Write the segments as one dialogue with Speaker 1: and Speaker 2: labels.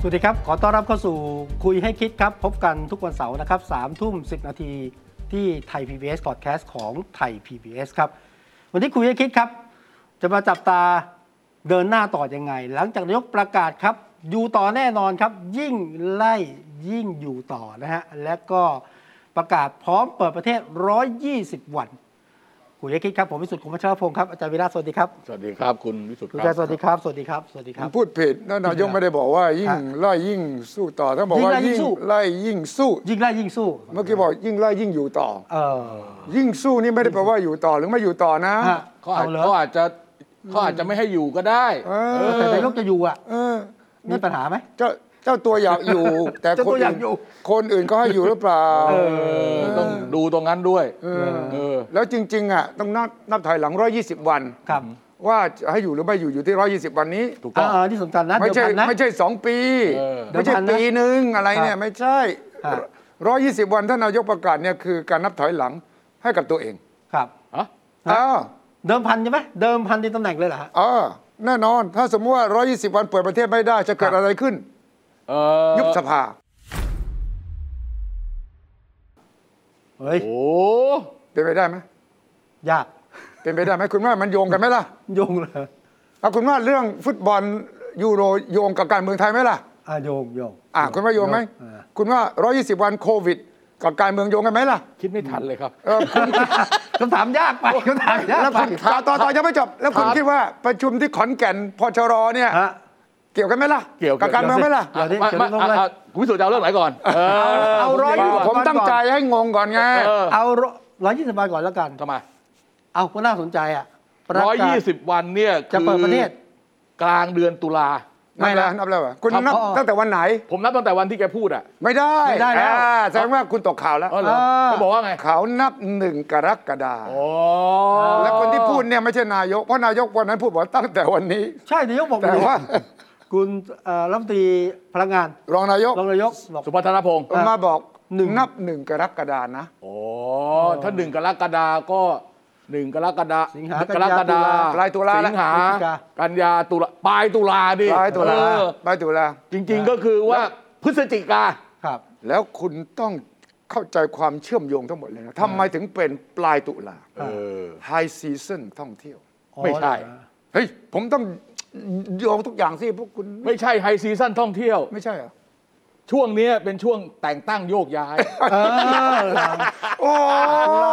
Speaker 1: สวัสดีครับ ขอต้อนรับเข้าสู่คุยให้คิดครับ พบกันทุกวันเสาร์นะครับสามทุ่มสินาทีที่ไทย PBS Podcast ของไทย PBS ครับ วันนี้คุยให้คิดครับ จะมาจับตาเดินหน้าต่อยังไง หลังจากนายกประกาศครับ อยู่ต่อแน่นอนครับ ยิ่งไล่ยิ่งอยู่ต่อนะฮะ และก็ประกาศพร้อมเปิดประเทศ 120 วัน คุยให้คิดครับ ผมวิสุทธิ์คมวัชรพงศ์ครับอาจารย์วิระสวัสดีครับ
Speaker 2: สวัสดีครับคุณวิสุทธิ์
Speaker 1: คุณอา
Speaker 2: ค
Speaker 1: จา
Speaker 2: รั
Speaker 1: ร
Speaker 2: บ
Speaker 1: ย์สวัสดีครับ สวัสดีครับสวัสดีค
Speaker 3: ผ
Speaker 1: รับ
Speaker 3: มพูดผิดนะนายกไม่ได้บอกว่ายิ่งไล่ยิ่งสู้ต่อท่านบอกว่า
Speaker 1: ยิ่
Speaker 3: ยิ่
Speaker 1: ง
Speaker 3: ง
Speaker 1: ไล่
Speaker 3: ไล่ยิ่งสู้
Speaker 1: ยิ่งไล่ยิ่งสู้
Speaker 3: เมื่อกี้บอกยิ่งไล่ยิ่งอยู่ต่อ
Speaker 1: เออ
Speaker 3: ยิ่งสู้นี่ไม่ได้แปลว่าอยู่ต่อหรือไม่อยู่ต่อนะ
Speaker 1: ฮะ
Speaker 2: เขาอาจ
Speaker 1: อหร
Speaker 2: เขาอาจจะเขาอาจจะไม่ให้อยู่ก็ได้
Speaker 3: เออ
Speaker 2: เออ
Speaker 1: แต่นายกจะอยู่อ่ะ
Speaker 3: เออ
Speaker 1: มีปัญหาไหม
Speaker 3: เจ้าเจ้าตัวอยาก อยู่ แต่
Speaker 1: เจ้า
Speaker 3: คน
Speaker 1: ตัวอยากอยู่
Speaker 3: คนอื่นก็ให้อยู่หรือเปล่า
Speaker 2: เออต้องดูตรงนั้นด้วยเออ
Speaker 3: แล้วจริง ๆอ่ะต้องนับนับถอยหลัง 120 วัน
Speaker 1: ครับ
Speaker 3: ว่าจะให้อยู่หรือไม่อยู่อยู่ที่ 120 วันนี้
Speaker 2: ถูกต้อง
Speaker 1: อ่าที่สำคัญนะ
Speaker 3: ไม่
Speaker 1: เดี๋ยว
Speaker 3: ใช่
Speaker 1: พันนะ
Speaker 3: ไม่ใช่สองปี
Speaker 2: เออ
Speaker 3: ไม่ใช่ปีหนึ่งอะไรเนี่
Speaker 1: ค
Speaker 3: ย
Speaker 1: รับ
Speaker 3: ไม่ใช่
Speaker 1: ฮะ
Speaker 3: ร้อยยี่สิบวันท่านนายกประกาศเนี่ยคือการนับถอยหลังให้กับตัวเอง
Speaker 1: ครับ
Speaker 2: อ่ะ
Speaker 1: ฮะ
Speaker 3: อ้าว
Speaker 1: เดิมพันใช่ไหมเดิมพันในตำแหน่งเลยเหรอฮะ
Speaker 3: เออแน่นอนถ้าสมมติว่าร้อยี่สิบวันเปิดประเทศไม่ได้จะเกิดอะไรขึ้น
Speaker 2: เออ
Speaker 3: ยุบสภา
Speaker 1: เฮ้ย
Speaker 2: โอ้
Speaker 3: เป็นไปได้ไหม
Speaker 1: ยาก
Speaker 3: เป็นไปได้ไหมคุณว่ามันโยงกันไหมล่ะ
Speaker 1: โยงเลย
Speaker 3: เอาคุณว่าเรื่องฟุตบอลยูโรโยงกับการเมืองไทยไหมล่ะ
Speaker 1: อ่ะโยงโยง
Speaker 3: อ่ะคุณว่าโยงไหม
Speaker 1: อ่า
Speaker 3: คุณว่าร้อยี่สิบวันโควิด กับการเมืองโยงกันไหมล่ะ
Speaker 2: คิดไม่ทันเลยครับ
Speaker 3: เออคุณ
Speaker 1: คำถามยากไปคำถามยาก
Speaker 3: แล้ว
Speaker 1: ไป
Speaker 3: คุณต่อต่อต่อยังไม่จบ แล้วคุณ
Speaker 2: ครับ
Speaker 3: คิดว่าประชุมที่ขอนแก่นพชรเนี่ย
Speaker 1: ฮะ
Speaker 3: เกี่ยวกันไหมล่ะ
Speaker 2: เกี่ยว
Speaker 3: กับการเมืองไหมล่ะ
Speaker 1: เดี๋ยวดิ
Speaker 2: ไม่
Speaker 1: เดี๋ยว
Speaker 2: ไม่
Speaker 1: ลงเลย
Speaker 2: อ่ะอ่ะคุณวิสุทธิ์จะเอาเรื่องไหนก่อน เออ
Speaker 1: เอาร้อยยี่สิบ
Speaker 3: ผม
Speaker 1: วันก่อน
Speaker 3: ตั้งใจให้งงก่อนไง
Speaker 2: เออ
Speaker 1: เอาร้อยยี่สิบบาทก่อนแล้วกัน
Speaker 2: ทำไม
Speaker 1: เอาก็น่าสนใจอ่ะปะกาศ
Speaker 2: ร้อยยี่สิบวันเนี่ย
Speaker 1: จะเปิดประเทศ
Speaker 2: กลางเดือนตุลา
Speaker 3: ไม่
Speaker 1: ไม่
Speaker 3: ละ
Speaker 1: ละ
Speaker 3: นับแล้วเหรอคุณ
Speaker 2: ครับ
Speaker 3: นับ
Speaker 1: อ๋อ
Speaker 3: ตั้งแต่วันไหน
Speaker 2: ผมนับตั้งแต่วันที่แกพูดอ่ะ
Speaker 3: ไม่ได้
Speaker 1: ไม่ได้แล้ว
Speaker 3: อ่าแสดงว่าคุณตกข่าวแล้ว
Speaker 2: เออเหรอ
Speaker 1: อ่า
Speaker 2: เขาบอกว่าไง
Speaker 3: เขานับหนึ่งกรกฎา
Speaker 2: อ๋อ
Speaker 3: และคนที่พูดเนี่ยไม่ใช่นายก เพราะนายกวันนั้นพูดบอกตั้งแต่วันนี้
Speaker 1: ใช่นายกบอก
Speaker 3: แต่ว่า
Speaker 1: คุณเอ่อรัฐมนตรีพลังงาน
Speaker 3: รองนายก
Speaker 1: รองนายกบอก
Speaker 2: สุพัฒนพงษ์
Speaker 3: มาบอก
Speaker 1: หนึ่ง
Speaker 3: นับหนึ่งกรกฎานะ
Speaker 2: อ๋อ ถ้าหนึ่งกรกฎาก็หนึ่งกรกฎา
Speaker 1: สิงหาก กัน
Speaker 2: ร
Speaker 1: ยาก
Speaker 2: ฎา
Speaker 3: ปลายตุลา
Speaker 2: สิงหา
Speaker 1: พฤศจิกา
Speaker 2: กันยาตุลาปลายตุลาดิ
Speaker 3: ปลายตุลา
Speaker 2: เออ
Speaker 3: ปลายตุลา
Speaker 2: จริงๆก็คือว่าพฤศจิกา
Speaker 1: ครับ
Speaker 3: แล้วคุณต้องเข้าใจความเชื่อมโยงทั้งหมดเลยนะทำไมถึงเป็นปลายตุลา
Speaker 2: เออ
Speaker 3: High Season ท่องเที่ยว
Speaker 2: ไม่ใช่
Speaker 3: เฮ้ย ผมต้องโยงทุกอย่างสิ พวกคุณไม่
Speaker 2: ไม่ใช่ไฮซีซั่นท่องเที่ยว
Speaker 3: ไม่ใช่เหรอ
Speaker 2: ช่วงเนี้ยเป็นช่วงแต่งตั้งโยกย้าย
Speaker 1: เออ
Speaker 3: โอ้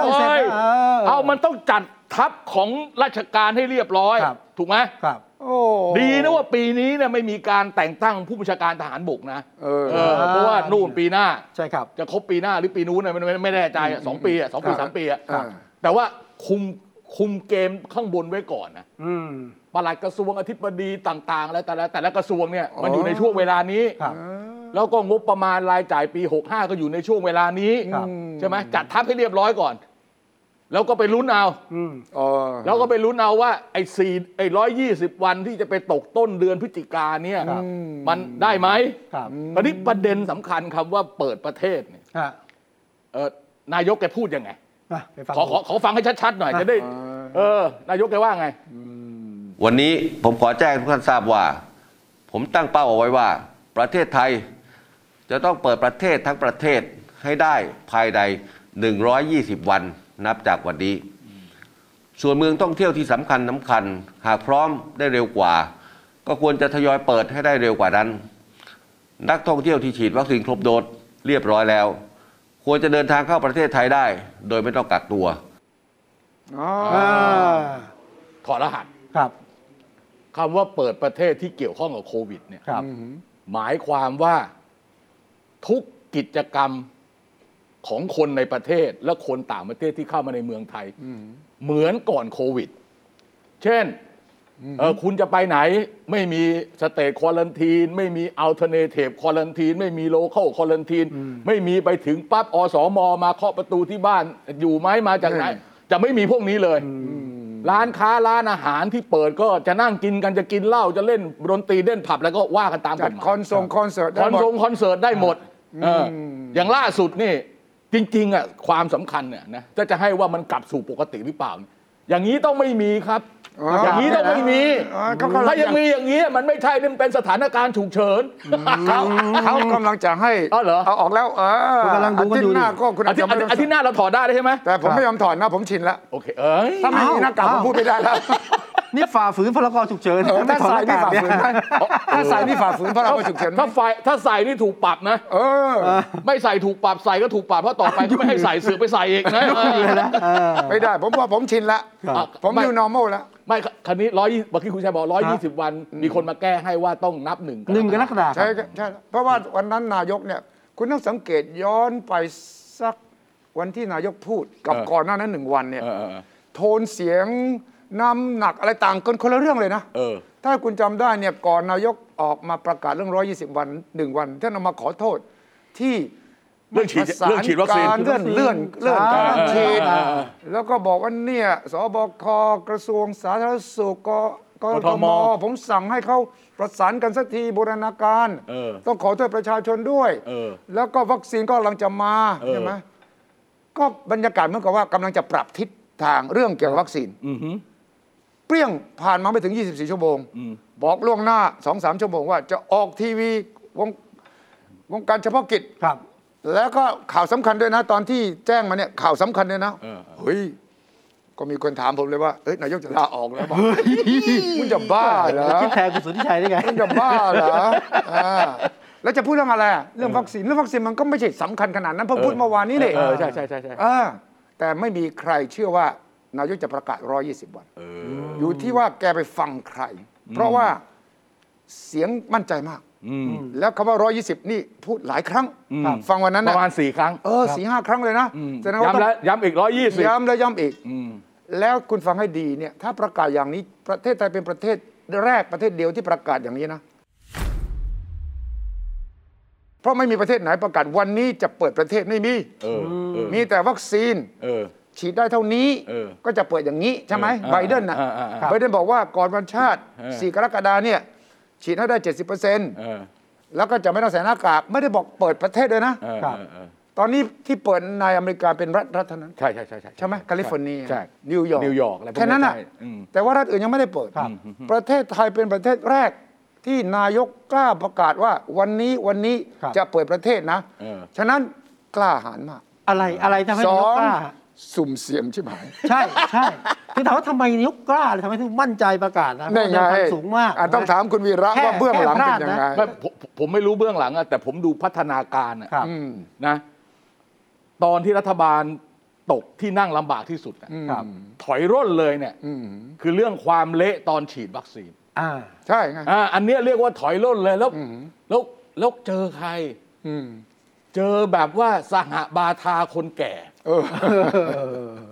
Speaker 1: เอาเสร็จแล้วเออ
Speaker 2: เอามันต้องจัดทัพของราชการให้เรียบร้อย
Speaker 1: ครับ
Speaker 2: ถูกไหม
Speaker 1: ครับ
Speaker 3: โอ้
Speaker 2: ดีนะว่าปีนี้เนี่ยไม่มีการแต่งตั้งผู้บัญชาการทหารบกนะ
Speaker 3: เออ
Speaker 2: เออเพราะว่านู่นปีหน้า
Speaker 1: ใช่ครับ
Speaker 2: จะครบปีหน้าหรือปีนู้นน่ะมันไม่ไม่แน่ใจอ่ะสองปีอ่ะสองปี
Speaker 3: ครับ
Speaker 2: สามปีอ่ะ
Speaker 3: ครับ
Speaker 2: แต่ว่าคุมคุมเกมข้างบนไว้ก่อนนะ
Speaker 1: อืม
Speaker 2: ปลัดกระทรวงอธิบดีต่างๆ แล้วแต่ละแต่ละกระทรวงเนี่ยมันอยู่ในช่วงเวลานี้
Speaker 1: ครับ
Speaker 2: แล้วก็งบประมาณรายจ่ายปี 65 ก็อยู่ในช่วงเวลานี้
Speaker 1: ครับ
Speaker 2: ใช่ไหมจัดทัพให้เรียบร้อยก่อน แล้วก็ไปลุ้นเอา
Speaker 1: อืม
Speaker 3: เออ
Speaker 2: แล้วก็ไปลุ้นเอาว่าไอ้สี่ไอ้ร้อยยี่สิบวันที่จะไปตกต้นเดือนพฤศจิกาเนี่ย
Speaker 1: ครับ
Speaker 2: มันได้ไหม
Speaker 1: ครับ
Speaker 2: ตอนนี้ประเด็นสำคัญคำว่าเปิดประเทศเนี่ย
Speaker 1: ฮะ
Speaker 2: เอ่อนายกแกพูดยังไง
Speaker 1: อ่ะไปฟัง
Speaker 2: ขอขอ
Speaker 1: ดู
Speaker 2: ขอฟังให้ชัดๆหน่อยจะได้ เออนายกแกว่าไง
Speaker 4: วันนี้ผมขอแจ้งให้ทุกท่านทราบว่า ผมตั้งเป้าเอาไว้ว่า ประเทศไทย จะต้องเปิดประเทศทั้งประเทศให้ได้ภายใน 120 วันนับจากวันนี้ ส่วนเมืองท่องเที่ยวที่สำคัญสำคัญ หากพร้อมได้เร็วกว่า ก็ควรจะทยอยเปิดให้ได้เร็วกว่านั้น นักท่องเที่ยวที่ฉีดวัคซีนครบโดสเรียบร้อยแล้ว ควรจะเดินทางเข้าประเทศไทยได้ โดยไม่ต้องกักตัว
Speaker 3: อ๋อ
Speaker 1: อ่า
Speaker 2: ถอดรหัส
Speaker 1: ครับ
Speaker 2: คำว่าเปิดประเทศที่เกี่ยวข้องกับโควิดเนี่ย
Speaker 1: ครับ
Speaker 2: หมายความว่าทุกกิจกรรมของคนในประเทศและคนต่างประเทศที่เข้ามาในเมืองไทย เหมือนก่อนโควิด เช่น เออคุณจะไปไหนไม่มีสเตทควอลันทีน ไม่มีอัลเทอร์เนที e ควอลันทีน ไม่มีโลเค l ลควอลันทีน ไม่มีไปถึงปั๊บอสมมาเคาะประตูที่บ้านอยู่ไหมมาจากไหน
Speaker 3: อืม
Speaker 2: จะไม่มีพวกนี้เลย ร้านค้าร้านอาหารที่เปิดก็จะนั่งกินกันจะกินเหล้าจะเล่นดนตรีเล่นผับแล้วก็ว่ากันตามก
Speaker 3: จัด
Speaker 2: ฎหมาย
Speaker 3: คอนเสิร์ตคอนเสิร์ตได้
Speaker 2: คอน
Speaker 3: หมด
Speaker 2: ทรงคอนเสิร์ตได้หมดเออออย่างล่าสุดนี่จริงๆอ่ะความสำคัญเนี่ยนะจะจะให้ว่ามันกลับสู่ปกติหรือเปล่า อย่างนี้ต้องไม่มีครับ
Speaker 3: อ๋อ
Speaker 2: อ
Speaker 3: อ
Speaker 2: ย่างนี้ต้องไม่มี
Speaker 3: เออเขากำลั
Speaker 2: ถ้าง ยังมีอย่างนี้มันไม่ใช่นี่มันเป็นสถานการณ์ฉุกเฉินครับ
Speaker 3: เขากำลังจะให้
Speaker 2: อ๋อเหรอ
Speaker 3: เอาออกแล้วเออ
Speaker 1: คุณกำลังดูกันอ
Speaker 3: อา
Speaker 1: ยู่
Speaker 3: ทิตย์หน้าก็คุณ
Speaker 2: อา
Speaker 3: อาจ
Speaker 2: ทิต
Speaker 3: จะ
Speaker 2: ย์
Speaker 3: ไม่ต้อง
Speaker 2: อาทิตย์หน้าเราถอดได้เลยใช่ไหม
Speaker 3: แต่ผมไม่ยอมถอดนะ ผมชินแล้ว
Speaker 2: โอเค เอ้ย
Speaker 3: ถ้าไม่มีหน้ากากผมพูดไม่ได้แล้ว
Speaker 1: นี่ฝ่าฝืนพรกฉุกเฉิน
Speaker 3: เออถ้า
Speaker 1: ถอด
Speaker 3: ใส่
Speaker 1: ห
Speaker 3: นี่
Speaker 1: ก
Speaker 3: ฝ่าก ฝืน
Speaker 1: เย
Speaker 3: ไหมถ้าใส่นี่ฝ่าฝืนเพราะเราก็ฉุกเฉินไหม
Speaker 2: ถ้าใส่ถ้าใส่นี่ถูกปรับนะ
Speaker 3: เออ
Speaker 2: ไม่ใส่ถูกปรับใส่ก็ถูกปรับเพราะต่อไปก็ไม่ให้ใส่เสือกไปใส่อีกนะ
Speaker 3: ไม่ได้ ผมว่าผมชินละ
Speaker 2: ครับ
Speaker 3: ผมอยู่ normal แล้ว
Speaker 2: ไม่คคันนี้ร้อยเมื่อกี้คุณชายบอกร้อยยี่สิบวัน มีคนมาแก้ให้ว่าต้องนับหนึ่ง
Speaker 1: หนึ่งกรกฎาค
Speaker 3: ใช่
Speaker 1: ม
Speaker 3: ครับใช่ครับเพราะว่าวันนั้นนายกเนี่ย คุณต้องสังเกตย้อนไปสักวันที่นายกพูดกับก่อนหน้านั้นหนึ่งวันเนี่ย
Speaker 2: เออเออ
Speaker 3: โทนเสียงน้ำหนักอะไรต่างกันคนละเรื่องเลยนะ
Speaker 2: เออ
Speaker 3: ถ้าคุณจำได้เนี่ยก่อนนายกออกมาประกาศเรื่อง 120 วันหนึ่งวันท่านเอามาขอโทษที่
Speaker 2: เรื่องฉีดเรื่องฉีดวัคซีน
Speaker 3: ประสานการเลื่อนเลื่อนเลื่อน
Speaker 1: อ่า
Speaker 3: การฉีด
Speaker 2: อ่าอ่าอ่า
Speaker 3: แล้วก็บอกว่าเนี่ยสบคกระทรวงสาธารณสุขกก
Speaker 2: ก
Speaker 3: ท
Speaker 2: ท
Speaker 3: ม
Speaker 2: ม
Speaker 3: ผมสั่งให้เขาประสานกันสักทีบูรณาการ
Speaker 2: เออ
Speaker 3: ต้องขอโทษประชาชนด้วย
Speaker 2: เออ
Speaker 3: แล้วก็วัคซีนก็กำลังจะมา
Speaker 2: เออ
Speaker 3: ใช่ไหม ก็บรรยากาศเหมือนกับว่ากำลังจะปรับทิศทางเรื่องเกี่ยวกับวัคซีนเปรี้ยงผ่านมาไม่ถึง 24 ชั่วโมง บอกล่วงหน้า 2-3 ชั่วโมงว่าจะออกทีวีวงวงการเฉพาะกิจ
Speaker 1: ครับ
Speaker 3: แล้วก็ข่าวสำคัญด้วยนะ ตอนที่แจ้งมาเนี่ยข่าวสำคัญด้วยนะ
Speaker 2: เออเออ
Speaker 3: เฮ้ยก็มีคนถามผมเลยว่าเอ้ยนายกจะลาออกแล้วบอกมึงจะบ้าเหรอ
Speaker 1: คิดแทนคุณสุทธิชัยได้ไง
Speaker 3: มึงจะบ้าเหรออ่าแล้วจะพูดเรื่องอะไรอะเรื่องวัคซีนเรื่องวัคซีนมันก็ไม่ใช่สำคัญขนาดนั้นเพิ่งพูดเมื่อวานนี้เลย
Speaker 2: เออใช่ใช่ใช่ใช่
Speaker 3: อ่าแต่ไม่มีใครเชื่อว่านายกจะประกาศ 120 วันอยู่ที่ว่าแกไปฟังใคร เพราะว่าเสียงมั่นใจมาก แล้วคำว่า 120 นี่พูดหลายครั้ง
Speaker 2: อืม
Speaker 3: ฟังวันนั้น
Speaker 2: ป
Speaker 3: นะ
Speaker 2: ระมาณสี่ครั้ง
Speaker 3: เออสี่ห้าครั้งเลยนะ
Speaker 2: อืม
Speaker 3: แสดงว่า
Speaker 2: ย้ำแล้วย้ำอีกร้อยยี่
Speaker 3: ต้อง
Speaker 2: สิบ
Speaker 3: ย้ำแล้วย้ำอีก แล้วคุณฟังให้ดีเนี่ย ถ้าประกาศอย่างนี้ประเทศไทยเป็นประเทศแรกประเทศเดียวที่ประกาศอย่างนี้นะ เพราะไม่มีประเทศไหนประกาศวันนี้จะเปิดประเทศไม่มี
Speaker 2: เออเออ
Speaker 3: มีแต่วัคซีน
Speaker 2: เออ
Speaker 3: ฉีดได้เท่านี้
Speaker 2: เออ
Speaker 3: ก็จะเปิดอย่างนี้ใช่ไหม
Speaker 2: เออ
Speaker 3: ไบเดนนะ
Speaker 2: เออเออเออ
Speaker 3: ไบเดนบอกว่าก่อนวันชาติ 4 กรกฎาเนี่ย ฉีดให้ได้
Speaker 2: เอ
Speaker 3: 70%
Speaker 2: อ
Speaker 3: แล้วก็จะไม่ต้องใส่หน้ากากไม่ได้บอกเปิดประเทศเลยนะ
Speaker 2: เออ
Speaker 1: ครับ
Speaker 2: เออ
Speaker 3: ตอนนี้ที่เปิดในอเมริกาเป็นรัฐรัฐเท่านั้น
Speaker 2: ใช่ใช่ใช่ใช่
Speaker 3: ใช่ไหมแคลิฟอร์เนีย
Speaker 2: ใช่
Speaker 3: นิวยอร์ก
Speaker 2: นิวยอร์กอะไรพวกนี้
Speaker 3: แค่นั้นน่ะ
Speaker 2: ใช่อืม
Speaker 3: แต่ว่ารัฐอื่นยังไม่ได้เปิด ประเทศไทยเป็นประเทศแรกที่นายกกล้าประกาศว่าวันนี้วันนี้
Speaker 1: ครับ
Speaker 3: จะเปิดประเทศนะ
Speaker 2: เออ
Speaker 3: ฉะนั้นกล้าหาญมาก
Speaker 1: อะไรอะไรทำให้
Speaker 3: ส
Speaker 1: นาย
Speaker 3: อก ง
Speaker 1: กล้า
Speaker 3: สุ่มเสี่ยงใช่ไหม
Speaker 1: ใช่ใช่คือถามว่าทำไมนายกกล้าเลยทำไมถึงมั่นใจประกาศนะเพราะ
Speaker 3: นี่
Speaker 1: ว่า
Speaker 3: ไง
Speaker 1: เดิมพันสูงมาก
Speaker 3: อ่ะต้องถามคุณวีระ
Speaker 1: แค่
Speaker 3: ว่าเบื้องหลังเป็นยัง
Speaker 1: แค่พ
Speaker 3: ไง
Speaker 1: ลาดนะ
Speaker 2: ไม่ผมผมผมไม่รู้เบื้องหลังอะแต่ผมดูพัฒนาการอะ
Speaker 1: ครับ
Speaker 3: อืม
Speaker 2: นะตอนที่รัฐบาลตกที่นั่งลำบากที่สุดอะ
Speaker 1: ครับ
Speaker 2: ถอยร่นเลยเนี่ย
Speaker 3: อืม
Speaker 2: คือเรื่องความเละตอนฉีดวัคซีน
Speaker 1: อ่า
Speaker 3: ใช่ไง
Speaker 2: อ่าอันเนี้ยเรียกว่าถอยล่นเลยแล้วแล้วแล้วเจอใคร
Speaker 3: อืม
Speaker 2: เจอแบบว่าสหบาทาคนแก่
Speaker 3: เออ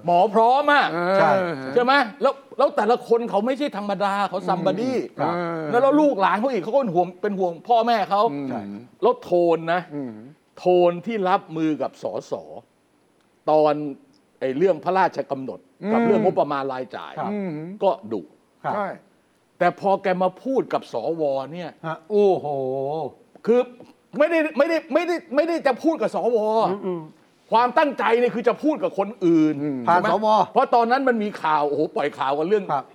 Speaker 2: หมอพร้อมอ่ะ
Speaker 1: ใช่
Speaker 2: ใช่ไหมแล้วแล้วแต่ละคนเขาไม่ใช่ธรรมดาเขาซัมบอดี้
Speaker 1: ครับ
Speaker 2: แล้วแล้วลูกหลานเขาอีกเขาก็ห่วงเป็นห่วงพ่อแม่เขาแล้วโทนนะ โทนที่รับมือกับสอสอตอนไอ้เรื่องพระราชกำหนด กับเรื่องงบประมาณรายจ่าย
Speaker 1: ครับ
Speaker 2: ก็ดุ
Speaker 1: ครับ
Speaker 3: ใช่
Speaker 2: แต่พอแกมาพูดกับสวเนี่ย
Speaker 1: ฮะโอ้โห
Speaker 2: คือไม่ได้ไม่ได้ไม่ได้ไม่ได้จะพูดกับสวความตั้งใจเนี่ยคือจะพูดกับคนอื่น
Speaker 1: ผ่าน
Speaker 2: ใช่ไหม
Speaker 1: สว
Speaker 2: เพราะตอนนั้นมันมีข่าวโอ้โหปล่อยข่าวกันเรื่อง
Speaker 1: ครับ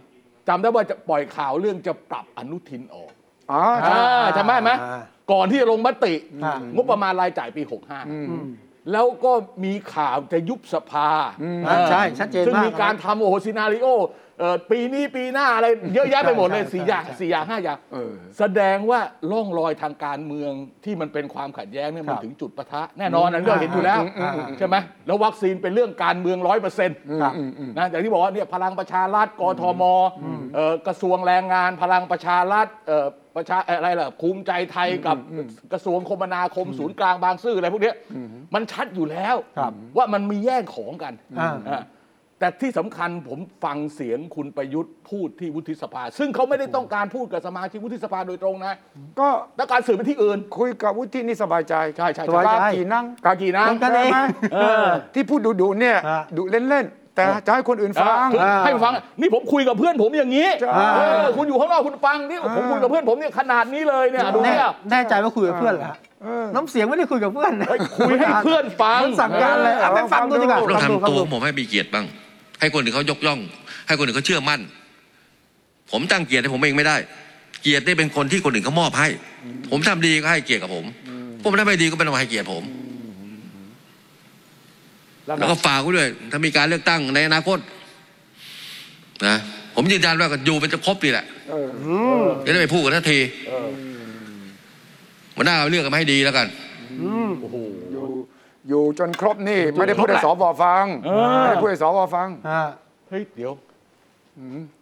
Speaker 2: จำได้ว่าจะปล่อยข่าวเรื่องจะปรับอนุทินออก
Speaker 3: อ๋อใช่
Speaker 2: อ่าจำได้ไหม
Speaker 1: อ่า
Speaker 2: ก่อนที่จะลงมติ
Speaker 1: อ่าง
Speaker 2: บประมาณรายจ่ายปี 65 แล้วก็มีข่าวจะยุบสภา
Speaker 1: อ่าใช่ชัดเจน
Speaker 2: ซึ่ง
Speaker 1: มาก
Speaker 2: มีการทำโอ้โหซีนารีโอเอ่อปีนี้ปีหน้าอะไรเยอะแยะไปหมดเลย
Speaker 1: ใช่ใช่
Speaker 2: สี่อย่าง
Speaker 1: ใช่
Speaker 2: สี่อย่างห้าอย่าง
Speaker 3: เออ
Speaker 2: แสดงว่าร่องรอยทางการเมืองที่มันเป็นความขัดแย้งเนี่ย
Speaker 1: ครับ
Speaker 2: มันถึงจุดปะทะแน่นอนอันนี้เราเห็นอยู่แล้ว
Speaker 1: อืมอืมอืม
Speaker 2: ใช่ไหมแล้ววัคซีนเป็นเรื่องการเมืองร้อยเปอร์เซ็นต์
Speaker 1: ครับ
Speaker 2: นะอย่างที่บอกว่าเนี่ยพลังประชารัฐกทมเอ่อกระทรวงแรงงาน พลังประชารัฐเอ่อประชาเอ่ออะไรล่ะภูมิใจไทยกับกระทรวงคมนาคมศูนย์กลางบางซื่ออะไรพวกเนี้ยมันชัดอยู่แล้ว
Speaker 1: ครับ
Speaker 2: ว่ามันมีแย่งของกัน
Speaker 1: อ่า
Speaker 2: อ่า แต่ที่สำคัญผมฟังเสียงคุณประยุทธ์พูดที่วุฒิสภา ซึ่งเขาไม่ได้ต้องการพูดกับสมาชิกวุฒิสภาโดยตรงนะ
Speaker 3: ก็
Speaker 2: แต่การสื่อไปที่อื่น
Speaker 3: คุยกับวุฒินี่สบายใจ
Speaker 2: ใช่ใช่ใช่
Speaker 3: กากี่นั่ง
Speaker 2: กากีนะ
Speaker 1: เหมือนกันเอง
Speaker 3: ใช่ไหม
Speaker 2: เออ
Speaker 3: ที่พูดดุๆเนี่ย
Speaker 1: ฮะ
Speaker 3: ดุเล่นๆแต่จะให้คนอื่นฟัง
Speaker 2: คือให้ฟัง นี่ผมคุยกับเพื่อนผมอย่างนี้
Speaker 3: ใช่
Speaker 2: เออคุณอยู่ข้างนอกคุณฟังนี่ผมคุยกับเพื่อนผมเนี่ยขนาดนี้เลยเนี่ยดู
Speaker 1: แน่
Speaker 2: เนี่ย
Speaker 1: แน่ใจว่าคุยกับเพื่อนเหรอฮะ
Speaker 3: เออ
Speaker 1: น้ำเสียงไม่ได้คุยกับเพื่อนนะ
Speaker 2: คุยให้เพื่อนฟัง
Speaker 1: มันสั่งการเลยอ่ะไปฟังดูดีกว่า
Speaker 5: เรา
Speaker 1: ฟังดู
Speaker 5: ทำ
Speaker 1: ฟัง
Speaker 5: ตัว
Speaker 1: ดู
Speaker 5: ผมให้มีเกียรติบ้าง ให้คนอื่นเขายกย่อง ให้คนอื่นเขาเชื่อมั่น ผมตั้งเกียรติให้ผมเองไม่ได้ เกียรติได้เป็นคนที่คนอื่นเขามอบให้ ผมทำดีก็ให้เกียรติกับผมผมทำไม่ดีก็ไม่ต้องให้เกียรติผม แล้วก็ฝากไว้ด้วย ถ้ามีการเลือกตั้งในอนาคตนะผมยืนยันว่าก็อยู่เป็นจะครบดีแหละจะได้ไปพูดกันทันทีมันน่าเอาเลือกกันมาให้ดีแล้วกัน
Speaker 3: อยู่อยู่จนครบนี่ไม่ได้พูดให้สวฟังไม่ได้พูดให้สวฟัง
Speaker 1: อ่า
Speaker 2: เฮ้ย เดี๋ยว